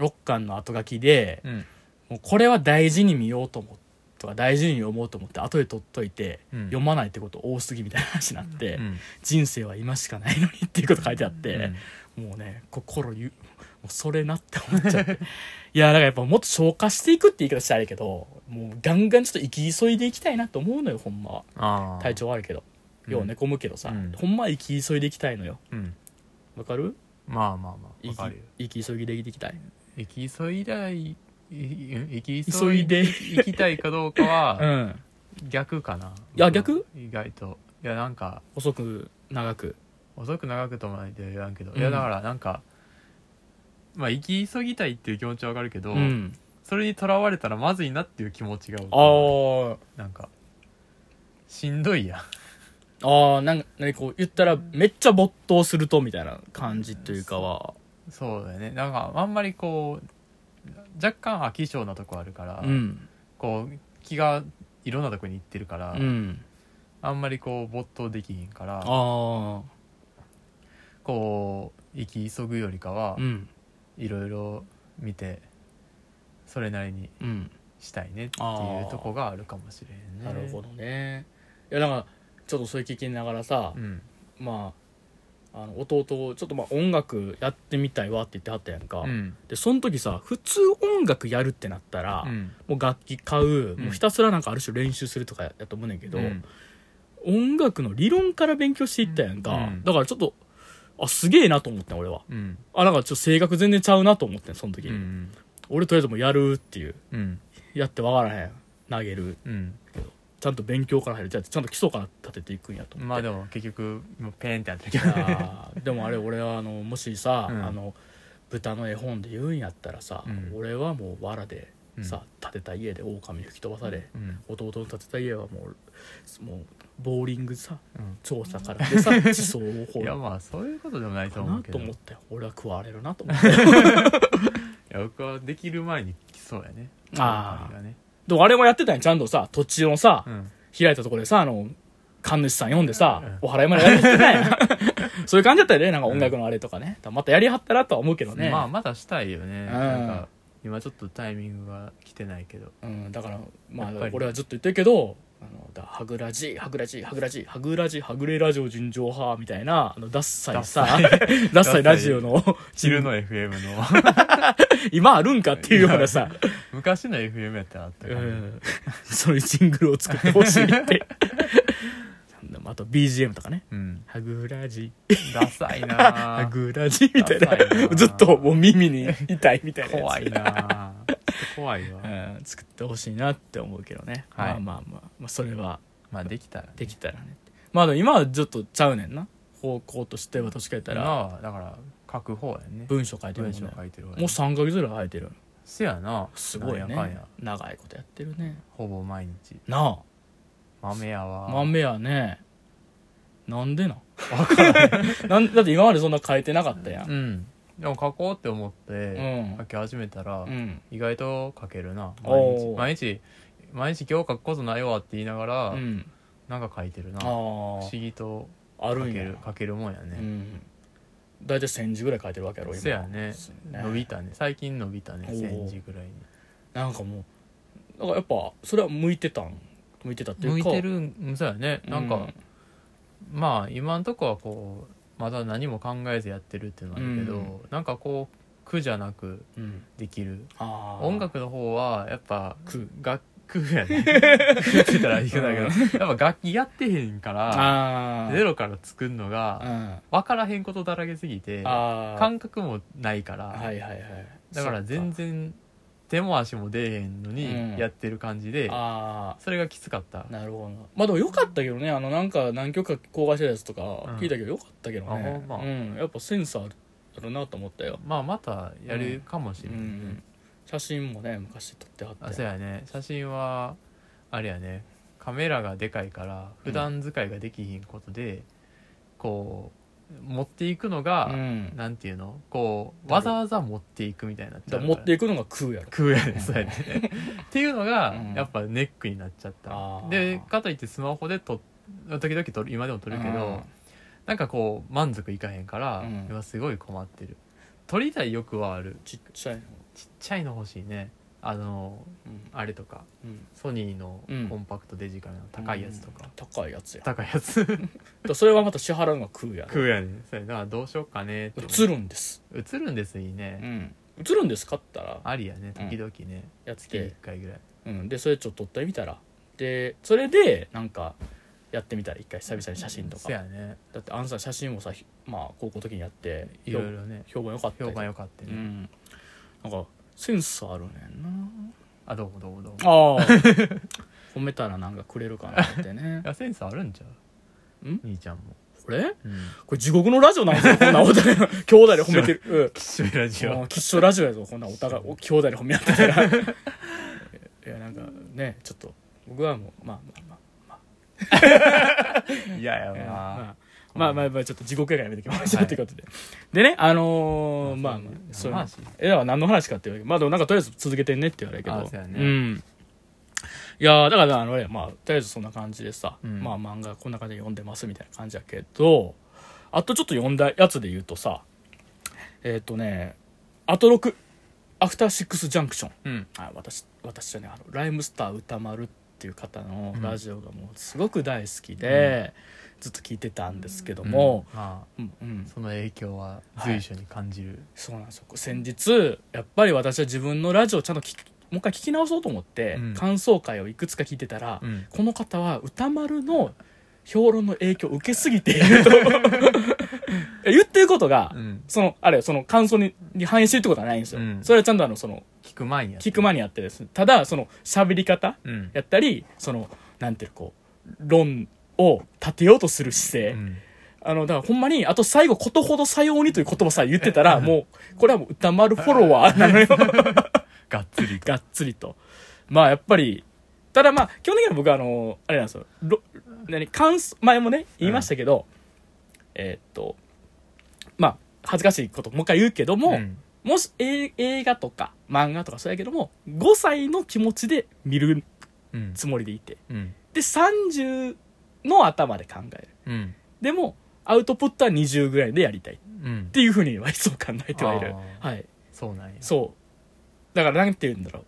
A: 6巻の後書きで、
B: うん
A: もうこれは大事に見ようと思うとか大事に読もうと思って後で取っといて、
B: うん
A: 読まないってこと多すぎみたいな話になって、
B: うん
A: 人生は今しかないのにっていうこと書いてあって、
B: うん
A: もうね心ゆもうそれなって思っちゃって いやだからやっぱもっと消化していくって言い方したらあれやけどもうガンガンちょっと生き急いでいきたいなと思うのよほんまは
B: ああ
A: 体調悪いけど
B: うん
A: よう寝込むけどさ、
B: うん
A: ほんまは生き急いでいきたいのよ
B: うん
A: わかる
B: まあまあまあ
A: 生
B: わ
A: き
B: かるよ
A: 生き急ぎで生きていきたい
B: 行き急いだいいうん行き
A: 急いで
B: 行きたいかどうか
A: う
B: は
A: ん
B: 逆かな、
A: いや逆
B: 意外といやなんか
A: 遅く長く
B: 遅く長くとまで言わんけど、
A: うん
B: いやだからなんかまあ行き急ぎたいっていう気持ちはわかるけど、
A: うん
B: それにとらわれたらまずいなっていう気持ちが
A: あー
B: なんかしんどいやん
A: あーなんか何こう言ったらめっちゃ没頭するとみたいな感じというかは
B: そうだよねなんかあんまりこう若干飽き性なとこあるから、
A: うん
B: こう気がいろんなとこに行ってるから、
A: うん
B: あんまりこう没頭できひんから
A: あ
B: こう行き急ぐよりかは
A: あうん
B: いろいろ見てそれなりに
A: うん
B: したいねって
A: あ
B: いう
A: ー
B: とこがあるかもしれん
A: な
B: ね
A: るほどねいやなんかちょっとそれ聞きながらさ、
B: うん
A: まああの弟ちょっとまあ音楽やってみたいわって言ってはったやんか、
B: うん
A: でその時さ普通音楽やるってなったら、
B: うん
A: もう楽器買う,、
B: ん
A: もうひたすらなんかある種練習するとかやと思うねんけど、
B: うん
A: 音楽の理論から勉強していったやんか、
B: うん
A: だからちょっとあすげえなと思ってん俺は
B: うん
A: あなんかちょっと性格全然ちゃうなと思ってんその時、
B: うん
A: 俺とりあえずもうやるっていう
B: うん
A: やってわからへん投げる
B: うん
A: ちゃんと勉強から入るじゃあちゃんと基礎から立てていくんやと思って
B: まあでも結局もうペーンってやってるけど
A: あーでもあれ俺はあのもしさ、
B: うん
A: あの豚の絵本で言うんやったらさ、
B: うん
A: 俺はもう藁で さ、建てた家で狼に吹き飛ばされ、
B: うん
A: 弟の建てた家はもうもうボーリングさ
B: うん
A: 調査から でさ地層を掘
B: いや
A: る
B: まあそういうことでもないと
A: か
B: 思
A: な
B: うけ
A: と
B: ど
A: 思
B: い
A: ったよ俺は食われるなと思 って
B: や僕はできる前に来そうやね
A: あー
B: 周りがね
A: でもあれもやってたんやちゃんとさ土地をさ、
B: うん
A: 開いたところでさあの神主さん読んでさ、
B: うん
A: お払いまでやりてたん やそういう感じだったよねなんか音楽のあれとかね、またやりはったらとは思うけどね
B: まあまだしたいよね、
A: ん
B: なんか今ちょっとタイミングが来てないけど
A: うん、だからまあ
B: やっぱり
A: 俺はずっと言ってるけど「あのだはぐらじはぐらじはぐらじはぐらじはぐれラジオ純情派」みたいなあのダッサいさ
B: ダ
A: ダッサいラジオの
B: チルの FM の
A: 今あるんかっていうようなさ、
B: 昔の FM やったらあった
A: う
B: かな、
A: ん、そういうジングルを作ってほしいって あと BGM とかね
B: うん
A: 「はぐらじ
B: ダサい
A: は
B: なぁ
A: ぐらじ」みたいな
B: ダサいな
A: ずっともう耳に痛いみたいなやつ
B: 怖いなぁ怖いわ、
A: うん、作ってほしいなって思うけどね、
B: は
A: まあまあ
B: い
A: まあ、まあ、それは
B: まあできたらね
A: できたらねまあでも今はちょっとちゃうねんな方向としては確かに言った
B: 今
A: ら
B: はだから書く方やね
A: 文章書いてるも
B: 文
A: んね
B: 章
A: も
B: 書いてる方や
A: う3ヶ月ぐらい生えてる
B: せやな
A: すごい
B: なん
A: ね
B: やかんや
A: 長いことやってるね
B: ほぼ毎日
A: な
B: 豆や
A: あ
B: わ
A: 豆やねなんでな なんだって今までそんな書いてなかったやん
B: うんでも書こうって思っ
A: う
B: て
A: ん
B: 書き始めたら、
A: うん
B: 意外と書けるな毎
A: お
B: 日
A: ー
B: 毎日毎日今日書くことないわって言いながら、
A: うん
B: なんか書いてるな
A: あ
B: 不
A: あ
B: 思議と
A: あ
B: 書
A: るん
B: け
A: や
B: る書けるもんや
A: う
B: ね、
A: ん大体1000字ぐらい書いてるわけやろ今
B: せやね
A: ね
B: 伸びたね最近伸びたね
A: おー
B: 1000字ぐらいに
A: なんかもうなんかやっぱそれは向いてたん向いてたってい
B: 向
A: う
B: い
A: か
B: てるんそうやねなんか、まあ今んとこはこうまだ何も考えずやってるっていうのはあるけど、
A: う
B: なんかこう苦じゃなく
A: うん、うん
B: できる
A: ああ
B: 音楽の方はやっぱ
A: 苦
B: 楽苦 やね苦って言ったらいいけないけどやっぱ楽器やってへんから
A: ああ
B: ゼロから作るのが、
A: うん
B: 分からへんことだらけすぎて
A: あー
B: 感覚もないから、
A: はいはいはい
B: だから全然手も足も出えへんの
A: うん
B: にやってる感じ
A: そ
B: で、
A: っかあ
B: それがきつかった
A: あなるほどなまあでもよかったけどねあのなんか何曲か公開してたやつとか
B: ん
A: 聞いたけどよかったけど
B: あほ
A: ね
B: ん
A: う
B: ま
A: んやっぱセンスあるなと思ったよ
B: まあまたやるかもし
A: う
B: れない、
A: ん写真もね昔撮ってはった
B: あそうやね写真はあれやねカメラがでかいから普段使いができひんことで、こう持っていくの
A: う
B: が、
A: ん
B: なんていうのこう
A: だ
B: わ
A: る
B: ざわざ持っていくみたいになっち
A: だ
B: ゃう
A: か
B: からら
A: 持っていくのが食うやろ
B: 食うやねそうやね っていうのが、
A: うん
B: やっぱネックになっちゃっ
A: あ
B: た
A: ー
B: でかといってスマホで撮っ時々撮る今でも撮るけど、
A: うん
B: なんかこう満足いかへんから、
A: うん
B: 今すごい困ってる撮りたい欲はある
A: ちっちゃいの
B: ちっちゃいの欲しいねあの
A: うん
B: あれとか
A: うん
B: ソニーの
A: うん
B: コンパクトデジカメの高いやつとか、
A: 高いやつやだか
B: 高いやつ
A: らそれはまた支払うのが食うや
B: 食うやねんそれだからどうしよっかねって
A: 映るんです
B: 映るんですいいね、
A: うん映るんですかって言ったら
B: ありやね時々ね、
A: やっ
B: 月
A: て
B: 1回ぐらい
A: うん、でそれちょっと撮ってみたらでそれでなんかやってみたら一回久々に写真とか
B: そやね
A: だってあんさん写真もさ、ひまあ、高校の時にやって
B: いろいろね
A: 評評判良かった
B: 評
A: よ
B: 判良かったね、
A: うんなんかセンスあるねん
B: あどうもどうもどうも
A: なああ 褒めたらなんかくれるかなってね
B: いやセンスあるんちゃうん兄ちゃんも、
A: これ
B: うん、
A: これ地獄のラジオなんですよこんなお互いの 兄弟で褒めてる、 うん
B: きしめラジ
A: も
B: オ
A: う吉祥ラジオやぞこんなお互いお兄弟で褒め合ってたらいやなんかねちょっと僕はもうまあまあまあ
B: いやや
A: えー
B: な
A: まあまあまあちょっと地獄やからやめてきましょ
B: は
A: う
B: い
A: ということででねあのーまあ
B: まあ
A: まあ
B: そ
A: そうう
B: いう
A: いうのえだから何の話かっていうわけまあでもなんかとりあえず続けてんねって言われるけど
B: あそうやね
A: んいやーだからあのあれやまあとりあえずそんな感じでさ、
B: うん
A: まあ漫画こんな感じで読んでますみたいな感じやけどあとちょっと読んだやつで言うとさえっ、とねあと6アフターシックスジャンクション
B: うん
A: あ私私はねあのライムスター歌丸っていう方のラジオがもうすごく大好きで、ずっと聞いてたんですけども、
B: うんま
A: うんうん
B: あその影響は随所に感じる、
A: そうなんですよ先日やっぱり私は自分のラジオをちゃんと聞きもう一回聞き直そうと思って、
B: うん
A: 感想会をいくつか聞いてたら、
B: うん
A: この方は歌丸の評論の影響を受けすぎている と言ってることが、
B: うん
A: そのあれよその感想にに反映してるってことはないんですよ、
B: うん
A: それはちゃんとあのその
B: 聞く前にやって
A: 聞く前にやってですただその喋り方
B: うん
A: やったりそのなんていうのこう論を立てようとする姿勢、
B: うん
A: あの、だからほんまに、あと最後、ことほどさようにという言葉さえ言ってたら、もう、これはもう歌丸フォロワーなの よ。
B: がっつり
A: がっつりと。まあ、やっぱり、ただまあ、基本的には僕はあの、あれなんですよ。ろ何、感想、前もね、言いましたけど、えーっと、まあ、恥ずかしいこともう一回言うけども、
B: ん
A: もし、え映画とか漫画とかそうやけども、5歳の気持ちで見る
B: うん
A: つもりでいて。
B: うん
A: で、30の頭で考える。
B: うん
A: でも、アウトプットは20ぐらいでやりたい。
B: うん
A: っていうふうにはいつも考えてはいる
B: あ。ー
A: はい。
B: そうなんや
A: そう。だからなんて言うんだろう。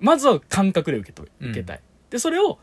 A: まずは感覚で受けと受けたい。で、それを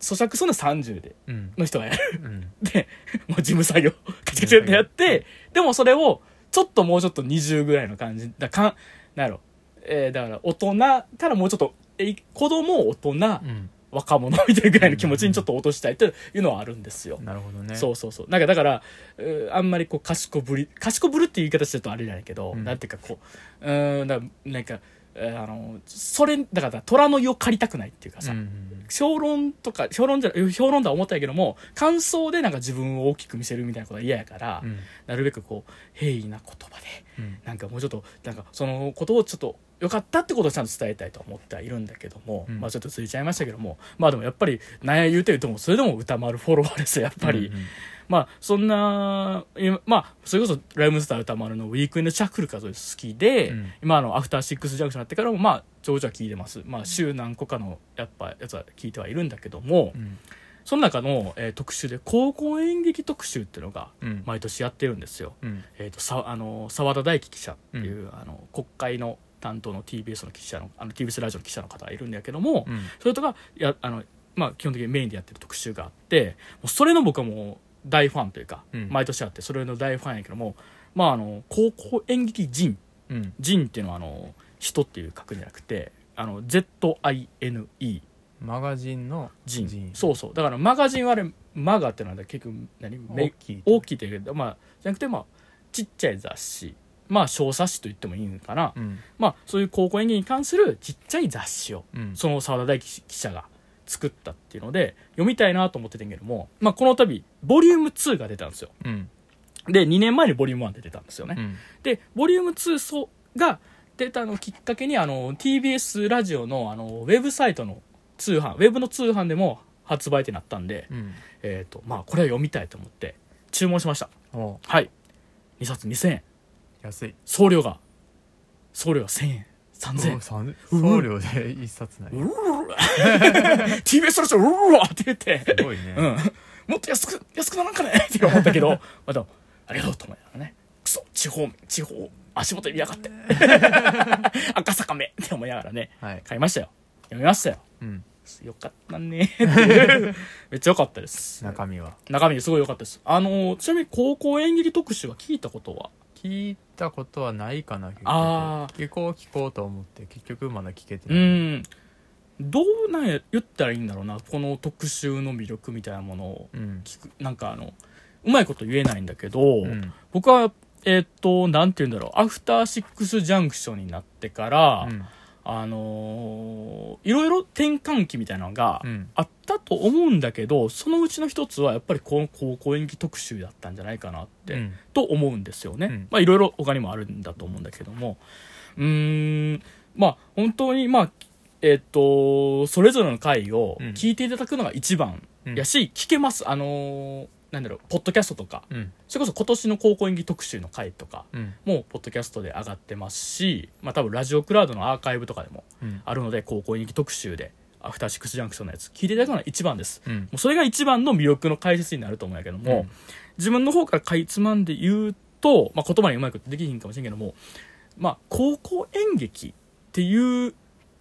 A: 咀嚼するのは30で、
B: うん
A: の人がやる。
B: うん
A: で、もう事務作業、カチカチ ってやって、でもそれを、ちょっともうちょっと20ぐらいの感じ。だかん、なんやろ。えーだから大人からもうちょっと、えい子供、大人、
B: うん
A: 若者みたいなぐらいの気持ちにちょっと落としたいというのはあるんですよ。
B: なるほどね
A: そうそうそうなんかだからうーあんまりこう賢ぶり賢ぶるっていう言い方してるとあれじゃないけど、
B: うん
A: なんていうかこううーんだなんか、えーあのそれだから虎の湯を借りたくないっていうかさ、
B: うんうん
A: 評論とか評論じゃない評論だは思ったんやけども感想でなんか自分を大きく見せるみたいなことは嫌やから、
B: うん
A: なるべくこう平易な言葉で
B: うん
A: なんかもうちょっとなんかそのことをちょっと良かったってことをちゃんと伝えたいとは思ってはいるんだけども、
B: うん
A: まあちょっとついちゃいましたけどもまあでもやっぱりなんや言うてるともそれでも歌丸フォロワーですよやっぱり。
B: うんうん
A: まあそんな今まあそれこそライムスター歌丸のウィークエンドシャッフルかそれ好きで、
B: うん
A: 今あのアフターシックスジャンクションになってからもまあちょこちょこ聞いてますまあ週何個かのやっぱやつは聞いてはいるんだけども、
B: うん
A: その中の、えー特集で高校演劇特集っていうのが
B: うん
A: 毎年やってるんですよ、
B: うん
A: えー、とさあの澤田大樹記者っていう、あの国会の担当の TBS の記者のあの TBS ラジオの記者の方がいるんだけども、
B: うん
A: それとかやあの、まあ、基本的にメインでやってる特集があってもうそれの僕はもう大ファンというか、
B: うん
A: 毎年あってそれの大ファンやけども、まあ、あの高校演劇人
B: うん
A: 人っていうのはあの人っていう格じゃなくてあの ZINE
B: マガジンの
A: 人
B: 人
A: そうそうだからマガジンはあれマガってのは結局何
B: 大
A: め
B: きい
A: 大きいって言うけど、まあ、じゃなくて、まあ、ちっちゃい雑誌まあ小冊子と言ってもいいのかな、
B: うん
A: まあ、そういう高校演劇に関するちっちゃい雑誌を
B: うん
A: その澤田大樹記者が作ったっていうので読みたいなと思ってたんやけども、まあ、この度ボリューム2が出たんですよ
B: うん
A: で2年前にボリューム1で出たんですよね、
B: うん
A: でボリューム2そうが出たのをきっかけにあの TBS ラジオのあのウェブサイトの通販ウェブの通販でも発売ってなったんで、
B: うん
A: えーとまあ、これは読みたいと思って注文しました
B: お
A: はい2冊2000円
B: 安い
A: 送料が送料が1000円3000円
B: おさん送料で一冊ないう
A: るるる TBS ラジオうるるるって言って
B: すごいね
A: うん、もっと安く安くならんかねって思ったけどまあでもありがとうと思いながらねくそ地方め地方足元見やがって 赤坂めって思いながらね
B: はい
A: 買いましたよ読みましたよ
B: うん
A: よかった ねっていうめっちゃ良かったです
B: 中身は
A: 中身すごい良かったですあのちなみに高校演劇特集は聞いたことは
B: 聞いたことはないかな結局
A: あ
B: 聞こう聞こうと思って結局まだ聞けて
A: う
B: ない、
A: んどうなんや言ったらいいんだろうなこの特集の魅力みたいなものを
B: うん
A: 聞くなんかあのうまいこと言えないんだけど、
B: うん
A: 僕はえっとなんて言うんだろうアフターシックスジャンクションになってから、
B: うん
A: あのーいろいろ転換期みたいなのが
B: うん
A: あったと思うんだけどそのうちの一つはやっぱりこの高校演劇特集だったんじゃないかなって、
B: うん
A: と思うんですよね、
B: うん
A: まあいろいろ他にもあるんだと思うんだけどもうーんまあ本当にまあえっとそれぞれの回を
B: うん
A: 聞いていただくのが一番
B: うん
A: やし、聞けますあのーなんだろうポッドキャストとか
B: うん
A: それこそ今年の高校演技特集の回とか
B: うん
A: もポッドキャストで上がってますし、まあ、多分ラジオクラウドのアーカイブとかでも
B: うん
A: あるので高校演劇特集でアフターシックスジャンクションのやつ聞いていただくのが一番です
B: うん
A: もうそれが一番の魅力の解説になると思うんやけども、
B: うん
A: 自分の方からかいつまんで言うと、まあ、言葉にうまくできひんかもしれんけども、まあ、高校演劇っていう、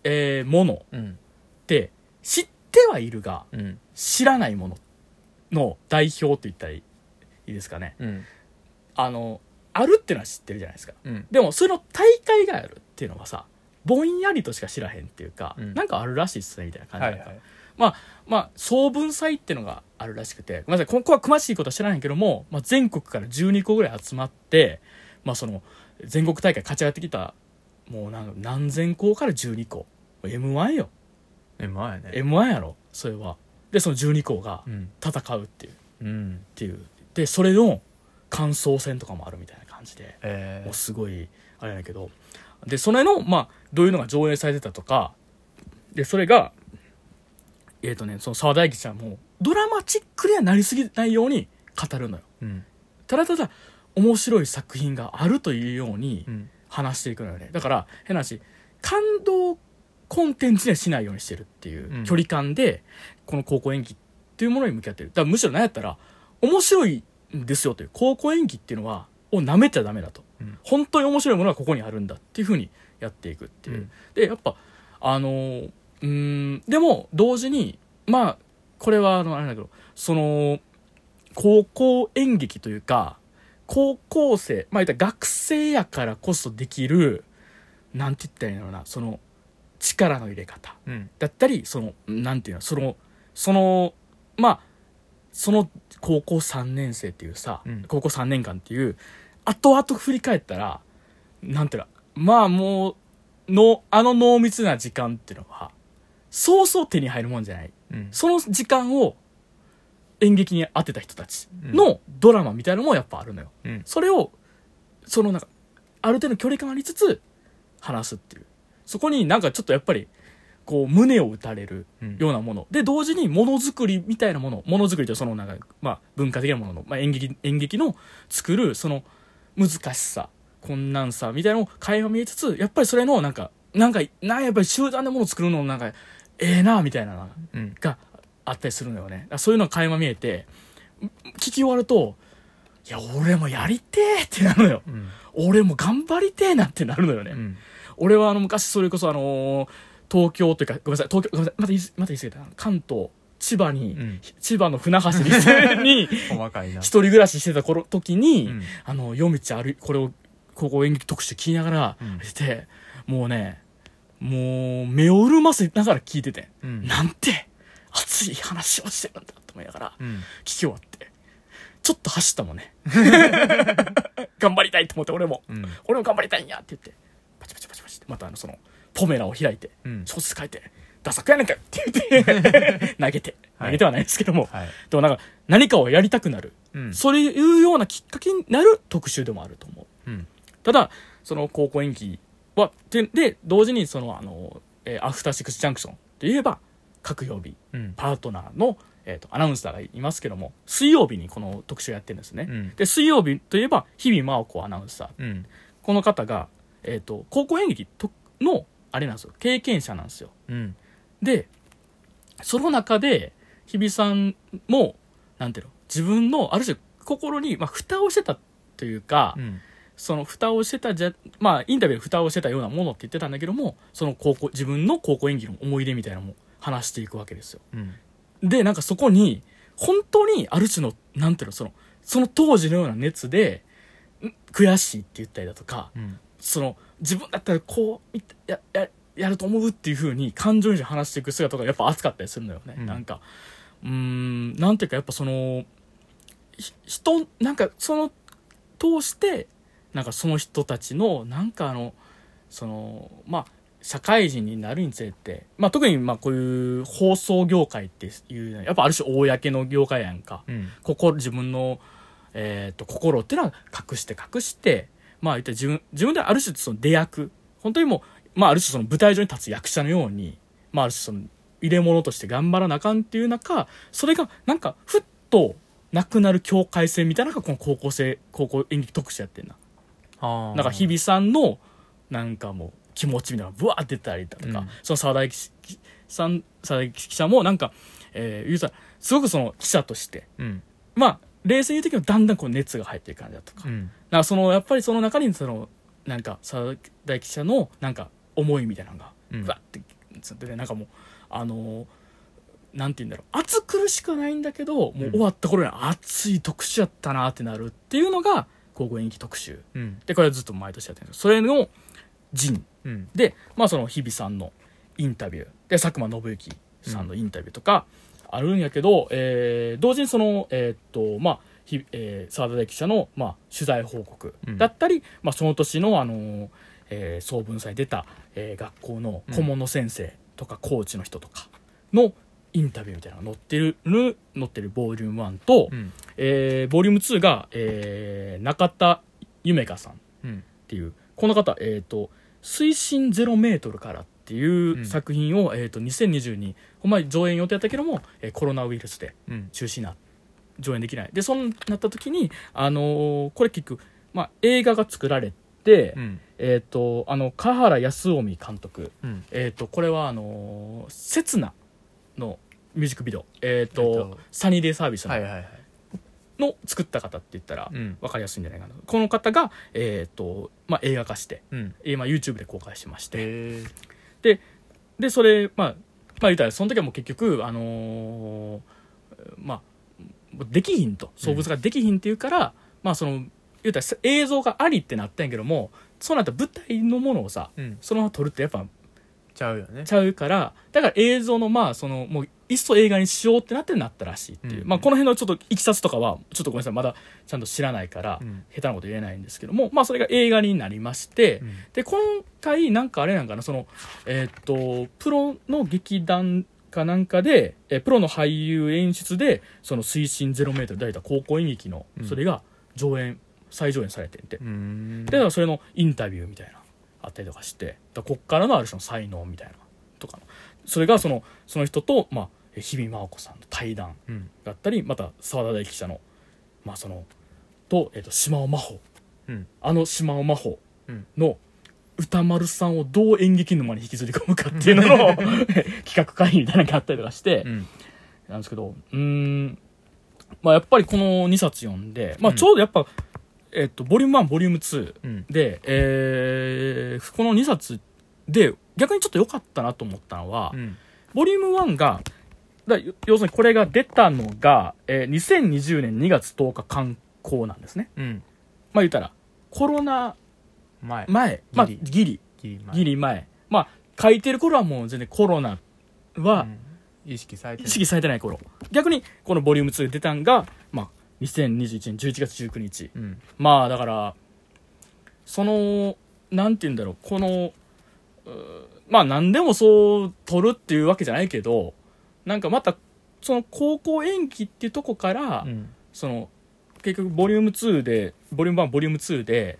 A: えーものっ
B: うん
A: て知ってはいるが
B: うん
A: 知らないものの代表と言ったらいいですかね
B: うん
A: あのあるっていうのは知ってるじゃないですか
B: うん
A: でもその大会があるっていうのはさぼんやりとしか知らへんっていうか、
B: うん
A: なんかあるらしいっすねみたいな感じ
B: は
A: だ
B: い
A: った、
B: はい
A: まあ、総文祭っていうのがあるらしくて、ごめんなさい、ここは詳しいことは知らないけども、まあ、全国から12校ぐらい集まって、まあ、その、全国大会勝ち上がってきた、もうなん何千校から12校。M1 よ。
B: え前ね
A: M1 やろ、それは。で、その12校が
B: うん
A: 戦うっていう、っ
B: うん
A: ていう。で、それの感想戦とかもあるみたいな感じで。
B: え
A: もうすごいあれだけどでそれのまあどういうのが上映されてたとかでそれがえっ、とねその沢大樹ちゃんもドラマチックにはなりすぎないように語るのよ
B: ーうん
A: ただただ面白い作品があるというように
B: うん
A: 話していくのよねだから変な話感動コンテンツにはしないようにしてるっていううん距離感で、この高校演技っていうものに向き合ってるだからむしろ何やったら面白いんですよという高校演技っていうのはを舐めちゃダメだと、
B: うん
A: 本当に面白いものはここにあるんだっていうふうにやっていくっていう、
B: うん
A: でやっぱあのーうーんでも同時にまあこれはあのあれだけどその高校演劇というか高校生まあ言ったら学生やからこそできるなんて言ったらいいんだろうなその力の入れ方
B: うん
A: だったりそのなんていうのそのそのまあその高校3年生っていうさ、
B: うん
A: 高校3年間っていう後々振り返ったらなんていうのまあもうのあの濃密な時間っていうのはそうそう手に入るもんじゃない
B: うん
A: その時間を演劇に当てた人たちのドラマみたいなのもやっぱあるのよ、
B: うん
A: それをそのなんかある程度距離感ありつつ話すっていうそこになんかちょっとやっぱりこう胸を打たれる
B: うん
A: ようなもので同時にものづくりみたいなものものづくりというそのなんか、まあ、文化的なものの、まあ、演劇演劇の作るその難しさ困難さみたいなのを垣間見えつつやっぱりそれのなんかなんかなんやっぱり集団でものを作るのなんかええなみたいなの
B: うん
A: があったりするのよねだからそういうのが垣間見えて聞き終わると「いや俺もやりてえ!」ってなるのよ
B: うん
A: 俺も頑張りてえなってなるのよね、
B: うん
A: 俺はあの昔それこそあのー東京というかごめんなさい東京ごめんなさいまた言いまた言い過ぎたな関東千葉に、
B: うん
A: 千葉の船橋にに
B: 細かいな
A: 一人暮らししてた頃時に、
B: うん
A: あの夜道歩いこれを高校演劇特集聞きながら
B: うん
A: して、もうねもう目を潤ませながら聞いてて、
B: うん
A: なんて熱い話をしてるんだと思いながら
B: うん
A: 聞き終わってちょっと走ったもんね 頑張りたいと思って俺も
B: うん
A: 俺も頑張りたいんやって言ってパチパチパチパチってまたあのそのポメラを開いて
B: うん
A: 小説書いて「ダサくやねんか!」って言って投げて
B: はい
A: 投げてはないですけども、
B: はい
A: でもなんか何かをやりたくなる、
B: うん
A: そういうようなきっかけになる特集でもあると思う
B: うん
A: ただその高校演劇はでで同時にそのあの、えーアフターシックスジャンクションといえば各曜日
B: うん
A: パートナーの、えー、とアナウンサーがいますけども水曜日にこの特集やってるんですね、
B: うん
A: で水曜日といえば日々真央子アナウンサー
B: うん
A: この方が、えー、と高校演劇とのあれなんですよ経験者なんですよ
B: うん
A: でその中で日比さんもなんていうの自分のある種心に、まあ、蓋をしてたというか、
B: うん
A: その蓋をしてたじゃまあインタビューで蓋をしてたようなものって言ってたんだけどもその高校自分の高校演技の思い出みたいなのも話していくわけですよ
B: うん
A: でなんかそこに本当にある種のなんていうのそのその当時のような熱でん悔しいって言ったりだとか
B: うん
A: その自分だったらこういやややると思うっていうふうに感情移入して話していく姿がやっぱ熱かったりするのよね、
B: うん
A: なんかうーんなんていうかやっぱそのひ人なんかその通してなんかその人たちのなんかあのそのまあ社会人になるにつれて、まあ、特にまあこういう放送業界っていうのはやっぱある種公の業界やんか、
B: うん
A: 心自分の、えー、と心っていうのは隠して隠してまあ言ったら自分自分である種その出役本当にもう、まあ、ある種その舞台上に立つ役者のように、まあ、ある種その入れ物として頑張らなあかんっていう中それがなんかふっとなくなる境界線みたいなのがこの高校生高校演劇特集やってんな
B: あー
A: なんか日々さんのなんかもう気持ちみたいなのがブワーって出たりだとか、
B: うん
A: その沢田記さん沢田記者もなんか、えー、言うたらすごくその記者として
B: うん
A: まあ、冷静に言うときもだんだんこう熱が入っていく感じだとか。
B: うん
A: なんかその、やっぱりその中にその、なんか、沢田記者の、なんか、思いみたいなのが、
B: うん
A: うわって、つってね、なんかもう、あのーなんて言うんだろう、暑苦しくはないんだけど、もう終わった頃には熱い特集やったなってなるっていうのが、高校演劇特集。
B: うん
A: で、これはずっと毎年やってるんですよそれの、陣
B: うん
A: で、まあ、その日比さんのインタビューで佐久間信行さんのインタビューとかあるんやけど、えー同時にその、えーっとまあひえー、沢田大記者の、まあ、取材報告
B: うん
A: だったり、まあ、その年の、あのーえー総文祭に出た、えー学校の顧問の先生とか、コーチの人とかのインタビューみたいなのが載ってる載ってるボリューム1と、
B: うん
A: えーボリューム2が、えー中田夢香さん
B: うん
A: っていうこの方、えーと「水深0メートルから」っていううん作品を、えー、と2022ほんまに上演予定だったけども、えーコロナウイルスで
B: うん
A: 中止にな上演できないでそうなった時に、あのーこれ結局、まあ、映画が作られて、
B: うん
A: えー、とあの川原康臣監督、
B: うん
A: えー、とこれはあのー「刹那」のミュージックビデオ、えーと
B: えーと
A: サニーデイサービスの,、
B: はいはいはい
A: の作った方って言ったら、
B: うん
A: わかりやすいんじゃないかなこの方が、えーとまあ、映画化して
B: うん
A: 今 YouTube で公開しまして
B: へえ
A: でそれまあまあ言うたらその時はもう結局あのーまあもうできひんと創物ができひんっていうから、まあその言うたら映像がありってなったんやけどもそうなったら舞台のものをさ
B: うん
A: そのまま撮るってやっぱ
B: ちゃうよね
A: ちゃうからだから映像のまあそのもういっそ映画にしようってなってなったらしいっていう、
B: うん
A: まあこの辺のちょっといきさつとかはちょっとごめんなさいまだちゃんと知らないから、
B: うん
A: 下手なこと言えないんですけどもまあそれが映画になりまして、
B: うん
A: で今回なんかあれなんかなそのえーっとプロの劇団かなんかで、えープロの俳優演出でその水深0メートル抱いた高校演劇の
B: うん
A: それが上演、再上演されてんて、
B: うーん
A: でだからそれのインタビューみたいなあったりとかしてだからこっからのある種の才能みたいなとかのそれがそのその人と、まあ、えー日比真央子さんの対談
B: うん
A: だったりまた澤田大記者の,、まあそのと,、えーっと島尾真帆
B: うん
A: あの島尾真帆
B: うん
A: の歌丸さんをどう演劇沼に引きずり込むかっていうのの 企画会議みたいなのがあったりとかして
B: うん
A: なんですけどうーんまあやっぱりこの2冊読んでまあ
B: うん
A: ちょうどやっぱ、えっとボリューム1ボリューム2
B: うん
A: で、えーこの2冊で逆にちょっと良かったなと思ったのは、
B: うん
A: ボリューム1がだ要要するにこれが出たのが、えー2020年2月10日刊行なんですね
B: うん
A: まあ言ったらコロナ
B: 前
A: 前、まあ、
B: ギリ
A: ギリ
B: ギリ前
A: ギリ前。まあ、書いてる頃はもう全然コロナ
B: う
A: は
B: ん意識されて
A: 意識されてない頃。逆に、このボリューム2で出たんが、まあ、2021年11月19日。
B: うん
A: まあ、だから、その、なんて言うんだろう、この、うーまあ、何でもそう取るっていうわけじゃないけど、なんかまた、その高校延期っていうとこから、
B: うん
A: その結局ボリューム2でボリューム1ボリューム2で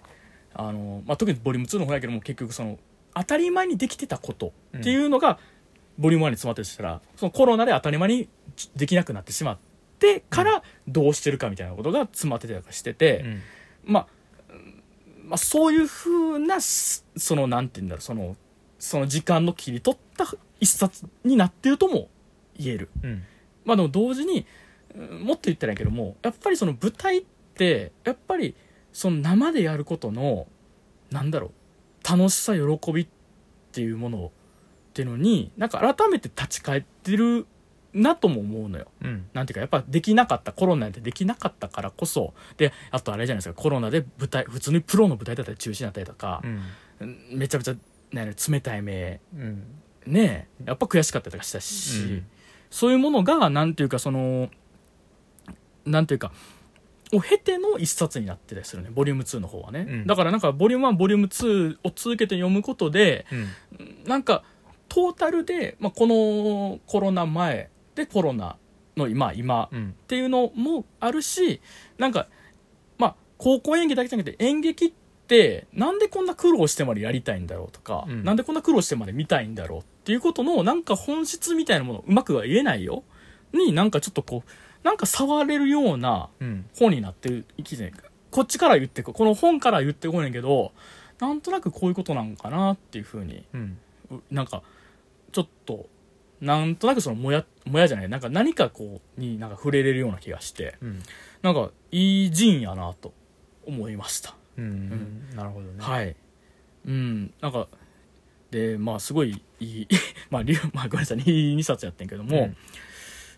A: あの、まあ、特にボリューム2の方やけども結局その当たり前にできてたことっていうのが、ボリューム1に詰まってるとしたらそのコロナで当たり前にできなくなってしまってからどうしてるかみたいなことが詰まってたりとかしてて、
B: うん
A: まあうんまあ、そういうふうなすそのなんて言うんだろうそのその時間の切り取った一冊になってるとも言える。
B: うん
A: まあでも同時にうんもっと言ったらいいけどもやっぱりその舞台ってやっぱりその生でやることのなんだろう楽しさ喜びっていうものをっていうのになんか改めて立ち返ってるなとも思うのよ。
B: うん
A: なんていうかやっぱできなかったコロナでできなかったからこそであとあれじゃないですかコロナで舞台普通にプロの舞台だったり中止になったりとか
B: う、ん
A: めちゃめちゃなんやろ冷たい目
B: うん
A: ねえやっぱ悔しかったりとかしたし、
B: うん
A: そういうものがなんていうかそのなんていうかを経ての一冊になってたりするねボリューム2の方はね、
B: うん
A: だからなんかボリューム1ボリューム2を続けて読むことで
B: うん
A: なんかトータルで、まあ、このコロナ前でコロナの今今
B: うん
A: っていうのもあるしなんかまあ高校演劇だけじゃなくて演劇ってなんでこんな苦労してまでやりたいんだろうとか、
B: うん
A: なんでこんな苦労してまで見たいんだろうっていうことのなんか本質みたいなものをうまくは言えないよになんかちょっとこうなんか触れるような
B: うん
A: 本になってる生きてこっちから言ってここの本から言ってこいねんけどなんとなくこういうことなんかなっていうふうに
B: うん
A: うなんかちょっとなんとなくそのもやもやじゃないなんか何かこうになんか触れれるような気がして
B: うん
A: なんかいい陣やなと思いました、
B: うんなるほどね
A: はいうんなんかでまあすごいい いまあ理由まあごめんなさいいい2冊やってんけども、
B: うん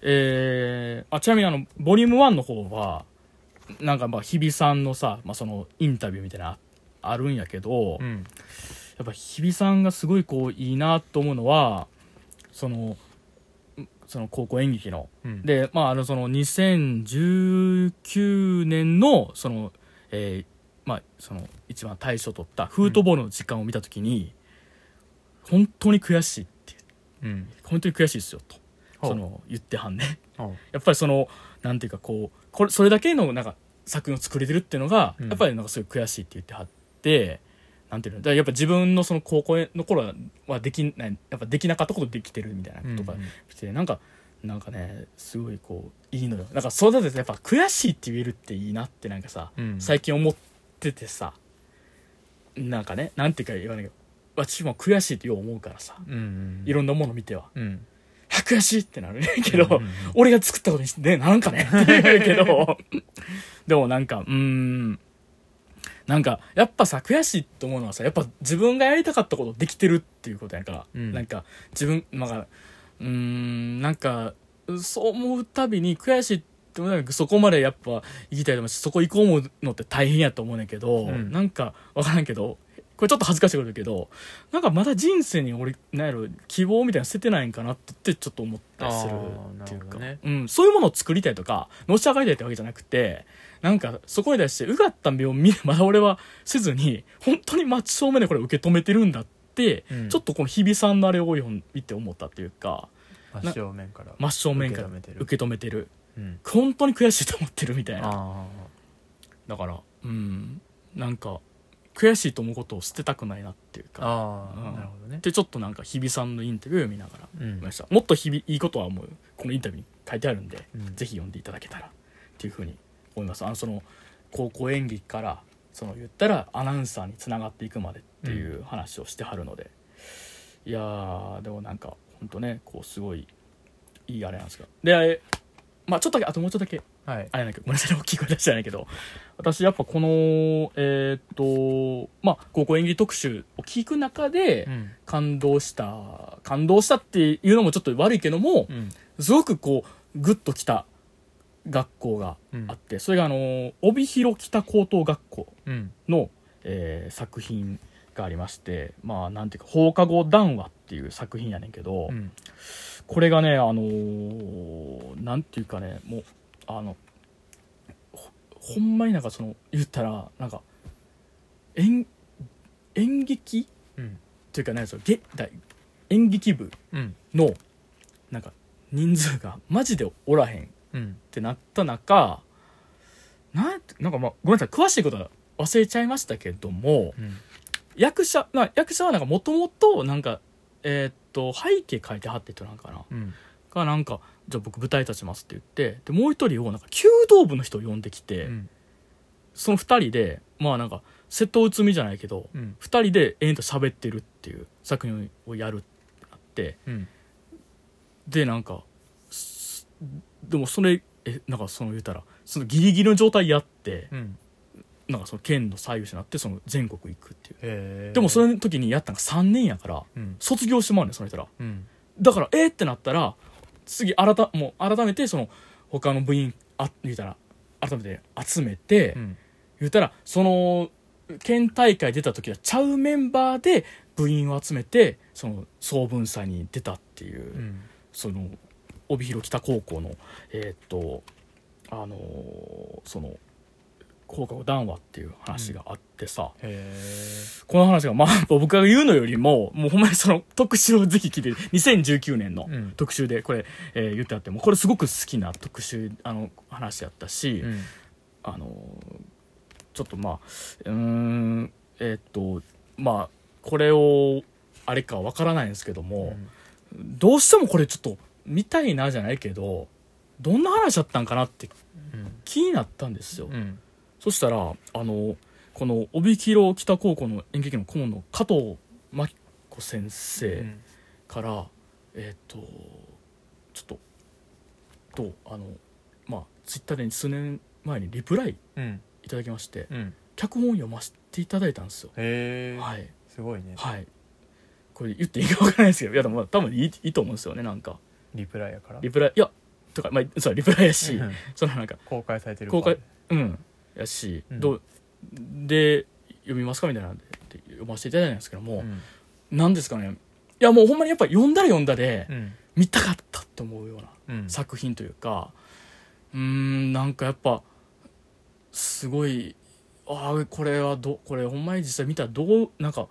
A: えーあちなみにあのボリューム1の方はなんかまあ日比さんのさ、まあ、そのインタビューみたいなあるんやけど、
B: うん
A: やっぱ日比さんがすごいこういいなと思うのはそのんその高校演劇の
B: うん
A: でまああのその2019年のそのえーまあその一番大賞取ったフートボールの時間を見た時に、本当に悔しいって
B: うん
A: 本当に悔しいですよと
B: ほう
A: その言ってはんね
B: ほ
A: やっぱりそのなんていうかこうこれそれだけのなんか作品を作れてるっていうのが、
B: うん
A: やっぱりなんかすごい悔しいって言ってはってなんていうのだからやっぱ自分のその高校の頃はできないやっぱできなかったことできてるみたいな
B: ううん
A: ことがしてなんかなんかねすごいこういいのよなんかそうだとやっぱ悔しいって言えるっていいなってなんかさ、
B: うん
A: 最近思っててさなんかねなんていうか言わないけど私も悔しいってよう思うからさ
B: うん
A: いろんなもの見ては
B: うん
A: 「あ悔しい!」ってなるねんけど、
B: うんうんうん
A: 俺が作ったことにしてねなんかねって言うけどでもなんかうーんなんかやっぱさ悔しいと思うのはさやっぱ自分がやりたかったことできてるっていうことやから、
B: うん
A: なんか自分なんかうーんなんかそう思うたびに悔しいって思うなんかそこまでやっぱ行きたいと思うしそこ行こう思うのって大変やと思うねんけど、
B: うん
A: なんか分からんけどこれちょっと恥ずかしいこと言うけどなんかまだ人生に俺なんやろ希望みたいなの捨ててないんかなってちょっと思ったりする
B: あー
A: っていうか、
B: なる
A: うん、そういうものを作りたいとかのし上がりたいってわけじゃなくてなんかそこに対してうがった目を見るまだ俺はせずに本当に真正面でこれを受け止めてるんだって、
B: うん
A: ちょっとこの日比さんのあれを読ん見て思ったっていうか
B: 真正面から
A: 真正面から
B: 受け止めてる
A: 受け止めてる
B: うん
A: 本当に悔しいと思ってるみたいな
B: あ
A: だからうんなんか悔しいと思うことを捨てたくないなっていう
B: ー
A: か
B: あ
A: う
B: ー
A: ん
B: なるほどね
A: でちょっとなんか日比さんのインタビューを見ながら
B: う
A: 思
B: ん
A: いましたもっと日々いいことはもうこのインタビューに書いてあるんで、
B: うん
A: ぜひ読んでいただけたらっていうふうに思いますあのその高校演劇からその言ったらアナウンサーにつながっていくまでっていう話をしてはるので、いやーでもなんかほんとねこうすごいいいあれなんですがでまあちょっとだけあともうちょっとだけ
B: はい
A: あれなんかごめんなさい大きい声出してないけど私やっぱこのえーっとまあ高校演技特集を聞く中で
B: うん
A: 感動した感動したっていうのもちょっと悪いけども
B: うん
A: すごくこうグッときた学校が
B: うん
A: あってそれがあの帯広北高等学校
B: うん
A: の、えー作品がありましてまあなんていうか放課後談話っていう作品やねんけど、
B: うん
A: これがねあのーなんていうかねもうあのほほんまになんかその言ったらなんか演演劇
B: うん
A: というかねそのげだ演劇部
B: うん
A: のなんか人数が マジでおらへんっ
B: うん
A: てなった中なんてなんかまあごめんなさい詳しいことは忘れちゃいましたけども
B: うん
A: 役者な役者はなんかもともとなんかえーっと背景書いてはって人なんかな
B: うん
A: がなんかじゃあ僕舞台立ちますって言ってでもう一人をなんか弓道部の人を呼んできて、
B: うん
A: その二人でまあなんか瀬戸内海じゃないけど
B: うん
A: 二人で延々と喋ってるっていう作品をやるってなって
B: うん
A: でなんかすでもそれえなんかその言うたらそのギリギリの状態やって
B: うん
A: なんかその県の最優秀になってその全国行くっていう
B: へえ
A: でもその時にやったのが3年やから
B: うん
A: 卒業してまうねんその人ら
B: うん
A: だからえーってなったら次改もう改めてその他の部員あ言うたら改めて集めて、
B: うん
A: 言うたらその県大会出た時はちゃうメンバーで部員を集めてその総文祭に出たっていう、
B: うん
A: その帯広北高校のえーっとあのーその放課後談話っていう話があってさ、
B: へえ
A: この話がまあ 僕が言うのよりももうほんまにその特集をぜひ聞いて2019年の
B: うん
A: 特集でこれ、えー言ってあってもうこれすごく好きな特集あの話やったし、
B: うん
A: あのちょっとまあうーんえーっとまあこれをあれかわからないんですけども、どうしてもこれちょっと見たいなじゃないけどどんな話だったんかなって
B: うん
A: 気になったんですよ、
B: うん
A: そしたらあのこの帯広北高校の演劇の顧問の加藤真紀子先
B: う
A: 生
B: ん
A: から、えーっとちょっととあのまあツイッターで数年前にリプライ
B: うん
A: いただきまして
B: うん
A: 脚本を読ませていただいたんですよ、
B: へえ
A: はい
B: すごいね
A: はいこれ言っていいか分からないですけどいやでもまあ多分いいいいと思うんですよねなんか
B: リプライやから
A: リプライいやとかまあそうリプライやし
B: うん
A: そのなんか
B: 公開されてる
A: 公開うんやし、
B: うん
A: どうで読みますかみたいなんでって読ませていただいたんですけど
B: う
A: も、
B: ん
A: なんですかねいやもうほんまにやっぱ読んだら読んだで
B: うん
A: 見たかったって思うような
B: うん
A: 作品というかうーんなんかやっぱすごいああこれはどこれほんまに実際見たらどうなんか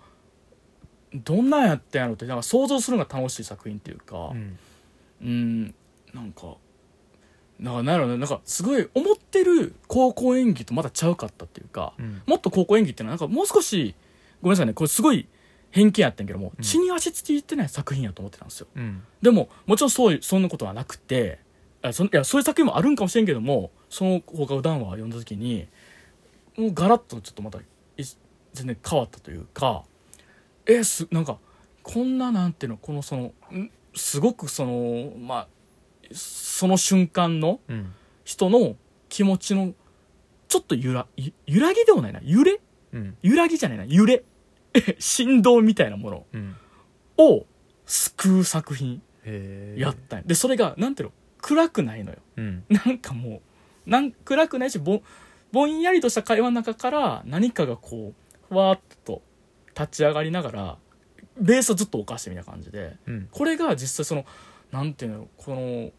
A: どんなんやったんやろってなんか想像するのが楽しい作品っていうか
B: う、ん
A: うーん、なんかなんかなんやろねなんかすごい思ってる高校演技とまたちゃうかったっていうか
B: うん
A: もっと高校演技ってのはなんかもう少しごめんなさいねこれすごい偏見やってんけども、
B: うん
A: 血に足つきってない作品やと思ってたんですよ。
B: うん
A: でももちろんそういうそんなことはなくてあそんいやそういう作品もあるんかもしれんけどもその放課後談話を読んだ時にもうガラッとちょっとまたい全然変わったというかえーすなんかこんななんていうのこのそのんすごくそのまあその瞬間の
B: うん
A: 人の気持ちのちょっと揺らゆ揺らぎではないな揺れ
B: うん
A: 揺らぎじゃないな揺れ 振動みたいなもの
B: うん
A: を救う作品
B: へえ
A: やったんよでそれがなんていうの暗くないのよ
B: うん
A: なんかもうなん暗くないしぼんぼんやりとした会話の中から何かがこうふわーっと立ち上がりながらベースをずっと犯してみたいな感じで
B: うん
A: これが実際そのなんていうのこの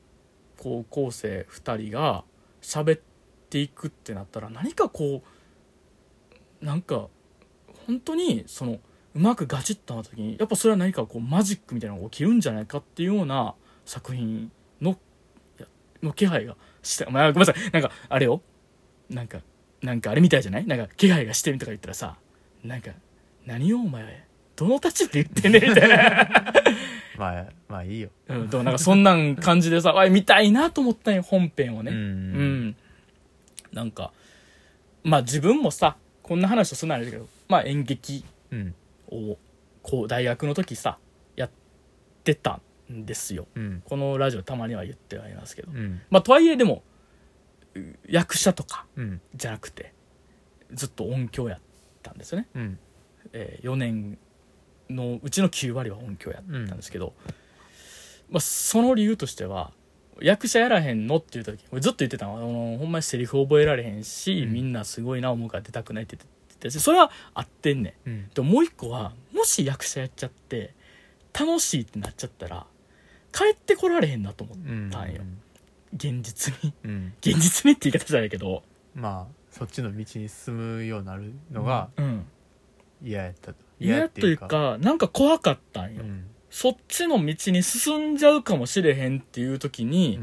A: 高校生2人が喋っていくってなったら何かこうなんか本当にそのうまくガチッとなった時にやっぱそれは何かこうマジックみたいなのが起きるんじゃないかっていうような作品のやの気配がして、まあ、ごめんなさいなんかあれよなんかなんかあれみたいじゃないなんか気配がしてみとか言ったらさなんか何をお前どの立場で言ってんねんみたいな
B: まあまあいいよ
A: うん、でもなんかそんなん感じでさ、 わい見たいなと思ったんよ、本編を
B: う
A: ね。うんなんか、まあ自分もさ、こんな話をするのはあれだけど、まあ演劇
B: うん
A: を、こう、大学の時さ、やってたんですよ。
B: うん
A: このラジオたまには言ってはいますけど。
B: うん
A: まあとはいえでも、う役者とか
B: うん
A: じゃなくて、ずっと音響やったんですよね。
B: うん
A: え4年のうちの9割は音響やったんですけど、まあ、その理由としては役者やらへんのっていう時俺ずっと言ってたのあのほんまにセリフ覚えられへんし、
B: うん
A: みんなすごいな思うから出たくないって言ってたしそれは合ってんねん
B: うん
A: でももう一個はもし役者やっちゃって楽しいってなっちゃったら帰ってこられへんなと思って
B: うん
A: 単よ現実に
B: うん
A: 現実にって言い方じゃないけど
B: まあそっちの道に進むようになるのが
A: うん
B: 嫌やったと
A: 嫌やというかなんか怖かったん
B: う
A: よ、
B: ん
A: そっちの道に進んじゃうかもしれへんっていう時
B: う
A: に、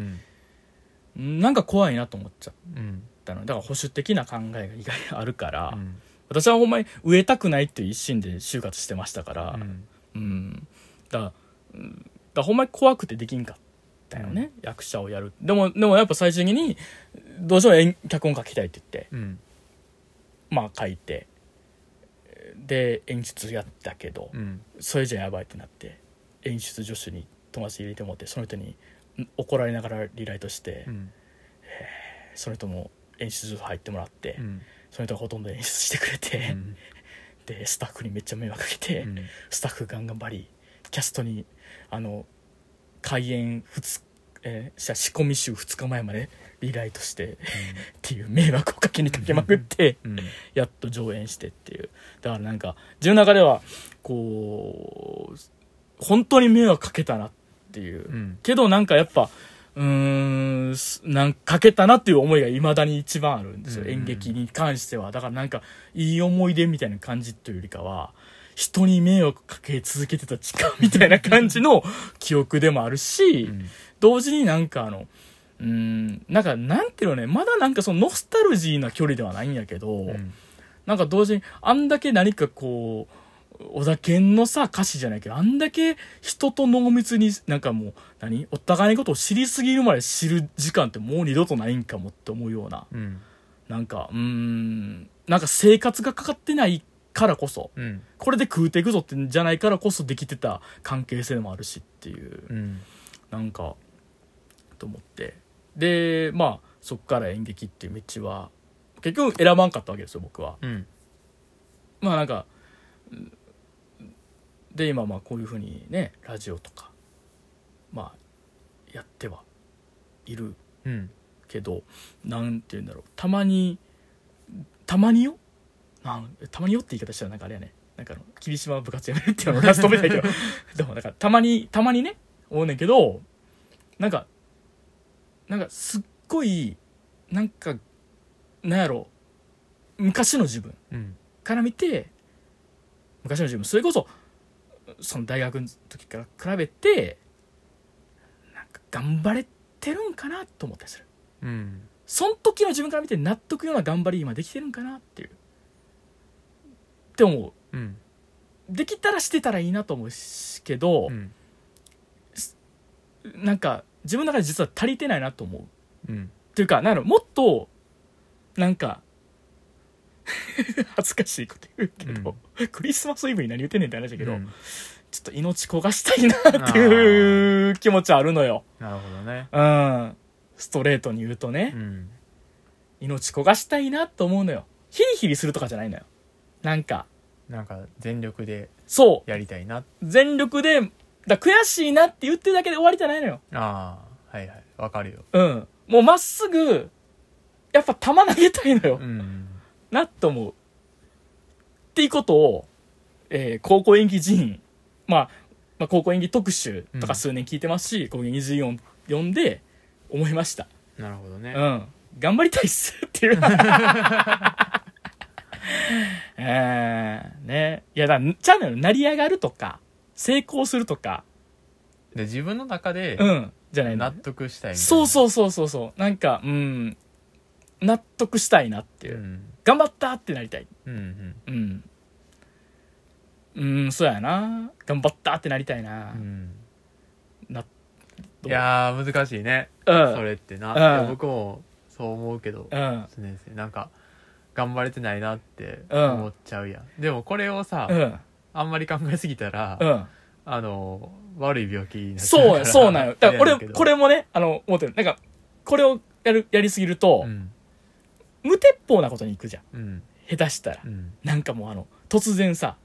B: ん
A: なんか怖いなと思っちゃっ
B: うん
A: たのだから保守的な考えが意外にあるから、
B: うん
A: 私はほんまに植えたくないっていう一心で就活してましたから
B: うん
A: うん、だから,、うん、だからほんまに怖くてできんかったよね、役者をやるでもでもやっぱ最終的にどうしても演脚本書きたいって言って
B: うん
A: まあ書いてで演出やったけど、
B: うん
A: それじゃやばいってなって演出助手に友達入れてもらってその人にん怒られながらリライトして、
B: うん
A: その人も演出入ってもらって、
B: うん
A: その人がほとんど演出してくれて、
B: うん
A: でスタッフにめっちゃ迷惑かけて、
B: うん
A: スタッフガンガンバリキャストにあの開演2えーした仕込み週2日前までリライトしてっていう迷惑をかけにかけまくって
B: うん
A: やっと上演してっていうだからなんか自分の中ではこう本当に迷惑かけたなっていう、
B: うん
A: けどなんかやっぱうーんすなんかけたなっていう思いがいまだに一番あるんですよ、
B: うん
A: 演劇に関してはだからなんかいい思い出みたいな感じというよりかは人に迷惑かけ続けてた時間みたいな感じの記憶でもあるし、
B: うん
A: 同時になんかあのうーんなんかなんていうのねまだなんかそのノスタルジーな距離ではないんやけど、
B: うん
A: なんか同時にあんだけ何かこう小田健のさ歌詞じゃないけどあんだけ人と濃密になんかもう何お互いのことを知りすぎるまで知る時間ってもう二度とないんかもって思うような
B: うん
A: なんかうーんなんか生活がかかってないからこそ
B: うん
A: これで食うていくぞってんじゃないからこそできてた関係性もあるしっていう
B: うん
A: なんかと思ってでまあそっから演劇っていう道は結局選ばんかったわけですよ僕は。
B: うん
A: まあなんかうんで今まあこういうふうにねラジオとかまあやってはいる
B: うん
A: けどなんて言うんだろうたまにたまによなんたまによって言い方したらなんかあれやねなんかあの霧島部活やめるっていうのをラストめたいけどでもなんかたまにたまにね思うねんけどなんかなんかすっごいなんかなんやろ昔の自分
B: うん
A: から見て昔の自分それこそその大学の時から比べてなんか頑張れてるんかなと思ったりする
B: うん
A: その時の自分から見て納得ような頑張り今できてるんかなっていうって思う
B: うん
A: できたらしてたらいいなと思うしけど
B: う、ん
A: なんか自分の中で実は足りてないなと思う
B: うん
A: っていうかなんやろもっとなんか 恥ずかしいこと言うけど、クリスマスイブに何言ってんねんって話だけど、
B: うん
A: ちょっと命焦がしたいなっていう気持ちはあるのよ。
B: なるほどね
A: うん。ストレートに言うと
B: う
A: ね、
B: ん
A: 命焦がしたいなと思うのよ。ヒリヒリするとかじゃないのよ。なんか、
B: なんか全力で
A: そ
B: やりたいな
A: う、全力で、だ悔しいなって言ってるだけで終わりじゃないのよ。
B: ああはいはいわかるよ
A: うん。もうまっすぐ、やっぱ球投げたいのよ。
B: うん
A: なと思う。っていうことを、えー高校演技人員、まあ、まあ、高校演技特集とか数年聞いてますし、高校演技人員を読んで思いました。
B: なるほどね
A: うん。頑張りたいっすっていう。 えー、ね。いや、だから、ちゃうのよ。成り上がるとか、成功するとか、
B: で自分の中で
A: うん、じゃない
B: 納
A: の。
B: 得したいみたいな
A: そうそうそうそうそう。なんか、うん、納得したいなっていうう。
B: ん
A: 頑張ったってなりたい。
B: うんうん
A: うん。うん、そうやな。頑張ったってなりたいな
B: う。ん
A: な、
B: いやー難しいね
A: うん。
B: それってな
A: うん
B: いや僕もそう思うけど
A: うん。
B: 常々なんか頑張れてないなって
A: うん
B: 思っちゃうやんでもこれをさ
A: うん。
B: あんまり考えすぎたら
A: うん。
B: あの悪い病気になっちゃ
A: そう
B: から
A: や、そうなんよ。だから
B: あれやけ
A: 俺、
B: ど
A: これもね、あの、思ってる。なんか、これをやる、やりすぎると、
B: うん
A: 無鉄砲なことに行くじゃん。
B: うん
A: 下手したら。
B: うん
A: なんかもうあの、突然さ、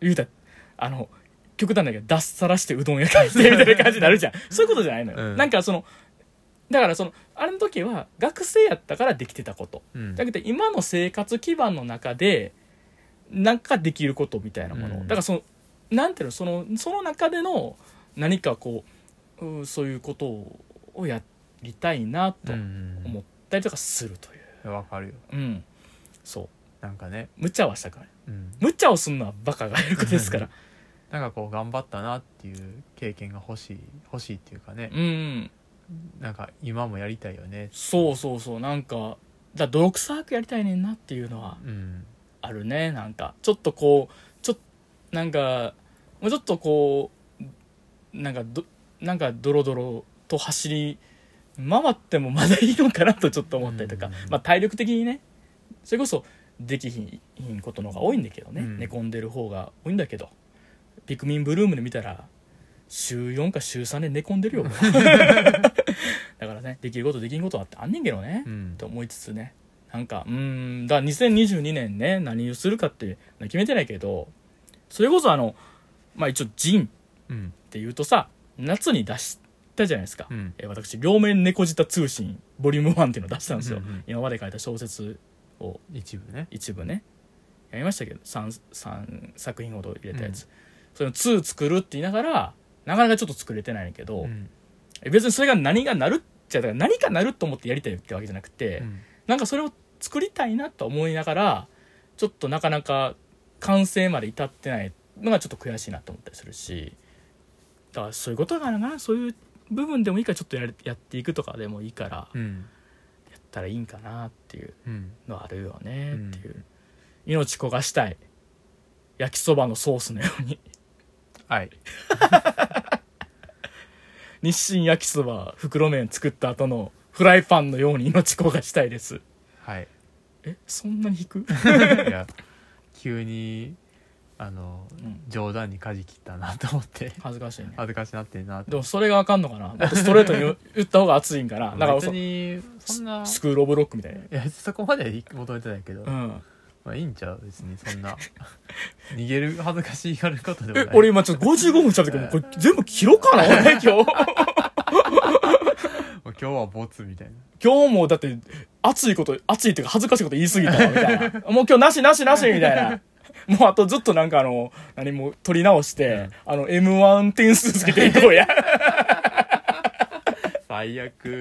A: 言うたらあの、極端だけど、脱サラしてうどん屋帰ってみたいな感じになるじゃん。そういうことじゃないのよ。
B: うん
A: なんかその、だからその、あれの時は、学生やったからできてたこと。
B: うん
A: だけど今の生活基盤の中でなんかできることみたいなもの、
B: うん
A: だからそのなんていうのそのその中での何かこううんそういうことををやりたいなと
B: うん
A: 思ったりとかするという、
B: わかるよ
A: うんそう
B: なんかね
A: 無茶はしたくない
B: うん
A: 無茶をするのはバカがやることですから
B: なんかこう頑張ったなっていう経験が欲しい欲しいっていうかね
A: うん
B: なんか今もやりたいよね
A: そうそうそうなんかだから泥臭くやりたいねんなっていうのは
B: うん
A: あるねなんかちょっとこうちょっとなんかもうちょっとこうなんかどなんかドロドロと走り回ってもまだいいのかなとちょっと思ったりとか、
B: うん
A: まあ、体力的にねそれこそできひんひんことの方が多いんだけどね、
B: うん
A: 寝込んでる方が多いんだけどピクミンブルームで見たら週4か週3で寝込んで るよだからねできることできんことはあってあんねんけどね、
B: うん
A: と思いつつねなんかうーんだから2022年ね何をするかって決めてないけどそれこそあのまあ一応ジンっ
B: うん
A: ていうとさ夏に出したじゃないですか、
B: うん
A: えー私両面猫舌通信ボリューム1っていうのを出したんですよ、
B: うんうん
A: 今まで書いた小説を
B: 一部ね
A: 一部ねやりましたけど 3, 三作品ほど入れたやつ、それの2作るって言いながらなかなかちょっと作れてないんやけど、
B: うん
A: え別にそれが何がなるっちゃだから何かなると思ってやりたいってわけじゃなくて、
B: うん
A: なんかそれを作りたいなと思いながらちょっとなかなか完成まで至ってないのがちょっと悔しいなと思ったりするしだからそういうことがあるなそういう部分でもいいからちょっとやるやっていくとかでもいいからや
B: うん
A: ったらいいんかなっていう
B: うん
A: のはあるよねっていう、命焦がしたい焼きそばのソースのように
B: はい
A: 日清焼きそば袋麺作った後のフライパンのように命焦がしたいです
B: はい
A: えそんなに引く
B: いや急にあの、
A: ん
B: 冗談に舵切ったなと思って
A: 恥ずかしいね
B: 恥ずかしなってんな
A: で
B: と
A: もそれがあかんのかなもっとストレートに 言う言った方が熱いんかなだから
B: 別
A: そ
B: にそんな
A: スクール・オブ・ロックみたいな。
B: いやそこまでは求めてないけど、
A: うん、
B: まあいいんちゃう別にそんな 逃げる恥ずかしいがることでもない
A: え 俺今ちょっと55分しゃべったけどこれ全部切ろうかな 俺今日
B: もう今日はボツみたいな
A: 今日もだって熱いこと熱いっていうか恥ずかしいこと言い過ぎたわみたい なもう今日なしなしなしみたい なもうあとずっとなんかあの何も取り直して、あの m 1点数つけていこうや
B: 最 悪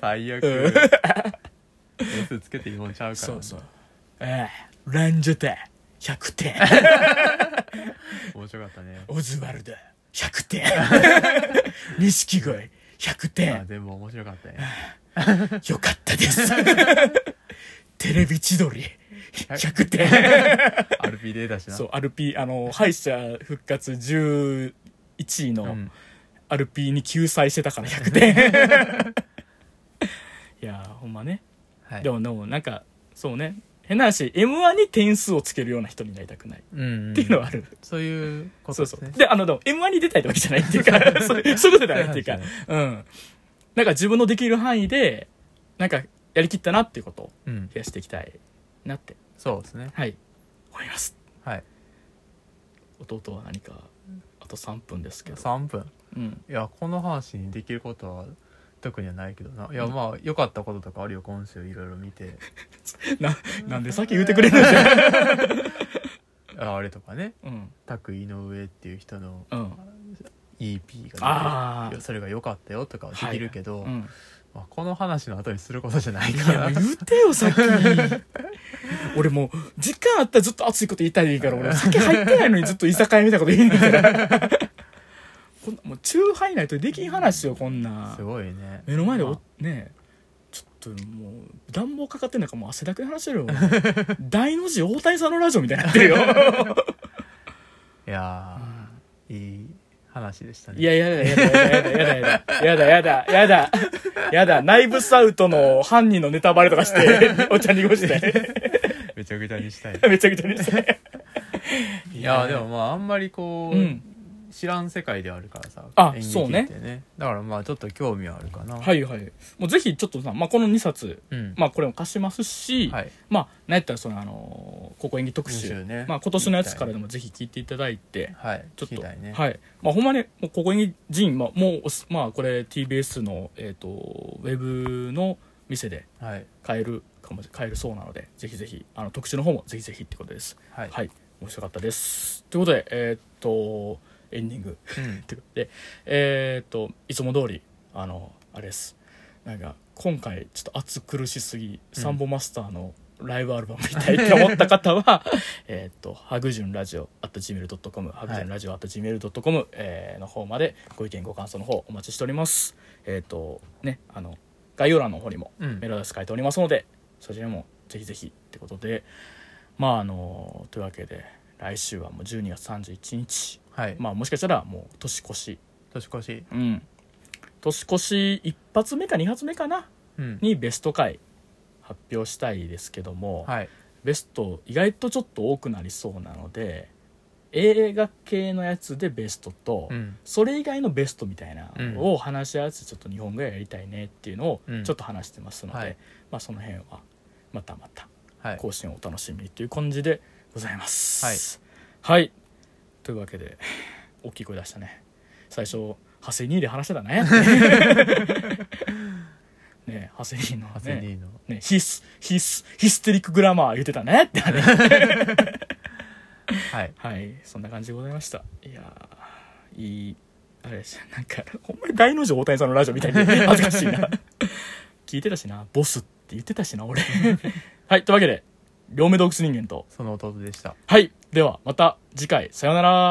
B: 最悪
A: うん
B: 点数つけていいもんちゃうから
A: そうそう ええランジュテ100点
B: 面白かったね
A: オズワルド100点 錦鯉100点
B: あでも面白 かったね
A: よかった です。テレビ千鳥、100点。
B: RP データしな
A: そう、RP、あの、敗者復活11位
B: う
A: の
B: ん
A: RP に救済してたから100点。 いやー、ほんまね。
B: はい
A: でも、でも、なんか、そうね。変な話、M1 に点数をつけるような人になりたくないっ
B: うんうん
A: ていうのはある。
B: そういうこ
A: そう
B: とで
A: そ
B: すね
A: う。で、あの、でも M1 に出たいってわけじゃないっていう か、そうそういうことじゃないっていうか
B: そういう、
A: うん。なんか自分のできる範囲で、なんか、やりきったなっていうことを
B: うん
A: 増やしていきたいなって。
B: そうですね
A: はい思います
B: はい
A: 弟は何かあと3分ですけど、
B: 3分
A: うん、
B: いやこの話にできることは特にはないけどないやまあ良かったこととかあるよ今週いろいろ 見て
A: ななんで先言うてくれるんじゃん
B: ああれとかね
A: うん
B: タク井上っていう人の
A: うん、
B: EP が
A: あ
B: 出て
A: ー
B: それが良かったよとかはできるけど、
A: うん、
B: まあ、この話の後にすることじゃない
A: い
B: か
A: やも
B: ら
A: う言うてよ先 俺もう時間あったらずっと熱いこと言いたいでいいから俺酒入ってないのにずっと居酒屋みたいなこと言いに行から こんなもうチューハイないとできん話よこんな
B: すごいね
A: 目の前で
B: ま
A: おねえちょっともう暖房かかってんのかもう汗だくで話してるよ大の字大谷さんのラジオみたいになってるよ
B: あいやーいい話でしたね
A: いや、やだ、やだ、やだ、やだ、やだ、やだ、やだ、やだ、内部サウトの犯人のネタバレとかして、お茶濁して、
B: めちゃくちゃにしたい
A: めちゃくちゃにして。
B: いやーでも、まああんまりこ
A: う
B: う、
A: ん。
B: 知らん世界ではあるからさ
A: あ
B: 演劇
A: そうね
B: ってだからまあちょっと興味はあるかな、
A: はいいはい。もうぜひちょっとさ、まあ、この2冊、
B: うん
A: まあ、これも貸しますし、
B: はい
A: まあ、なんやったら、その、あのー、ここ演技特集、
B: 特集ね
A: まあ、今年のやつからでもぜひ聞いていただいて、
B: はい、
A: ちょっ
B: 聞き
A: と、
B: たいね、
A: はい。まあ、ほんまね、もうここにジン、まあ、もうおす、まあ、これ TBS の、えっ、と、ウェブの店で、
B: はい
A: 買えるかも買えるそうなのでぜひぜひあの特集の方もぜひぜひってことです
B: はい
A: はい、面白かったですということでえーっとエンディング
B: うん
A: ということでえーっといつも通りあのあれですなんか今回ちょっと暑苦しすぎ、サンボマスターのライブアルバム見たいって思った方は えーっとハグジュンラジオ at gmail.com ハグジュンラジオ at gmail.com、えーの方までご意見ご感想の方お待ちしておりますえーっとねあの概要欄の方にも
B: うん
A: メロダス書いておりますのでそちらもぜひぜひってことでまああのというわけで来週はもう12月31日
B: はい、
A: まあもしかしたらもう年越し
B: 年越し
A: うん年越し一発目か二発目かな
B: うん
A: にベスト回発表したいですけども、
B: はい
A: ベスト意外とちょっと多くなりそうなので映画系のやつでベストと、
B: うん
A: それ以外のベストみたいなのを話し合わせてちょっと日本語やりたいねっていうのを
B: うん
A: ちょっと話してますので、
B: はい
A: まあその辺はまたまた
B: はい
A: 更新をお楽しみにという感じでございますはい、はい、というわけで大きい声出したね最初長谷兄で話してた ねね長谷兄の
B: ハセ
A: ね
B: ニーの、
A: ね、ヒス、ヒス、ヒステリックグラマー言ってたねってあれ。
B: はい
A: はい、そんな感じでございました。いやーいい、あれでした。なんか、ほんまに大の字大谷さんのラジオ みたいに恥ずかしいな。聞いてたしな、ボスって言ってたしな、俺。はい、というわけで、両目洞窟人間と。
B: その弟でした
A: はい、ではまた次回、さようなら。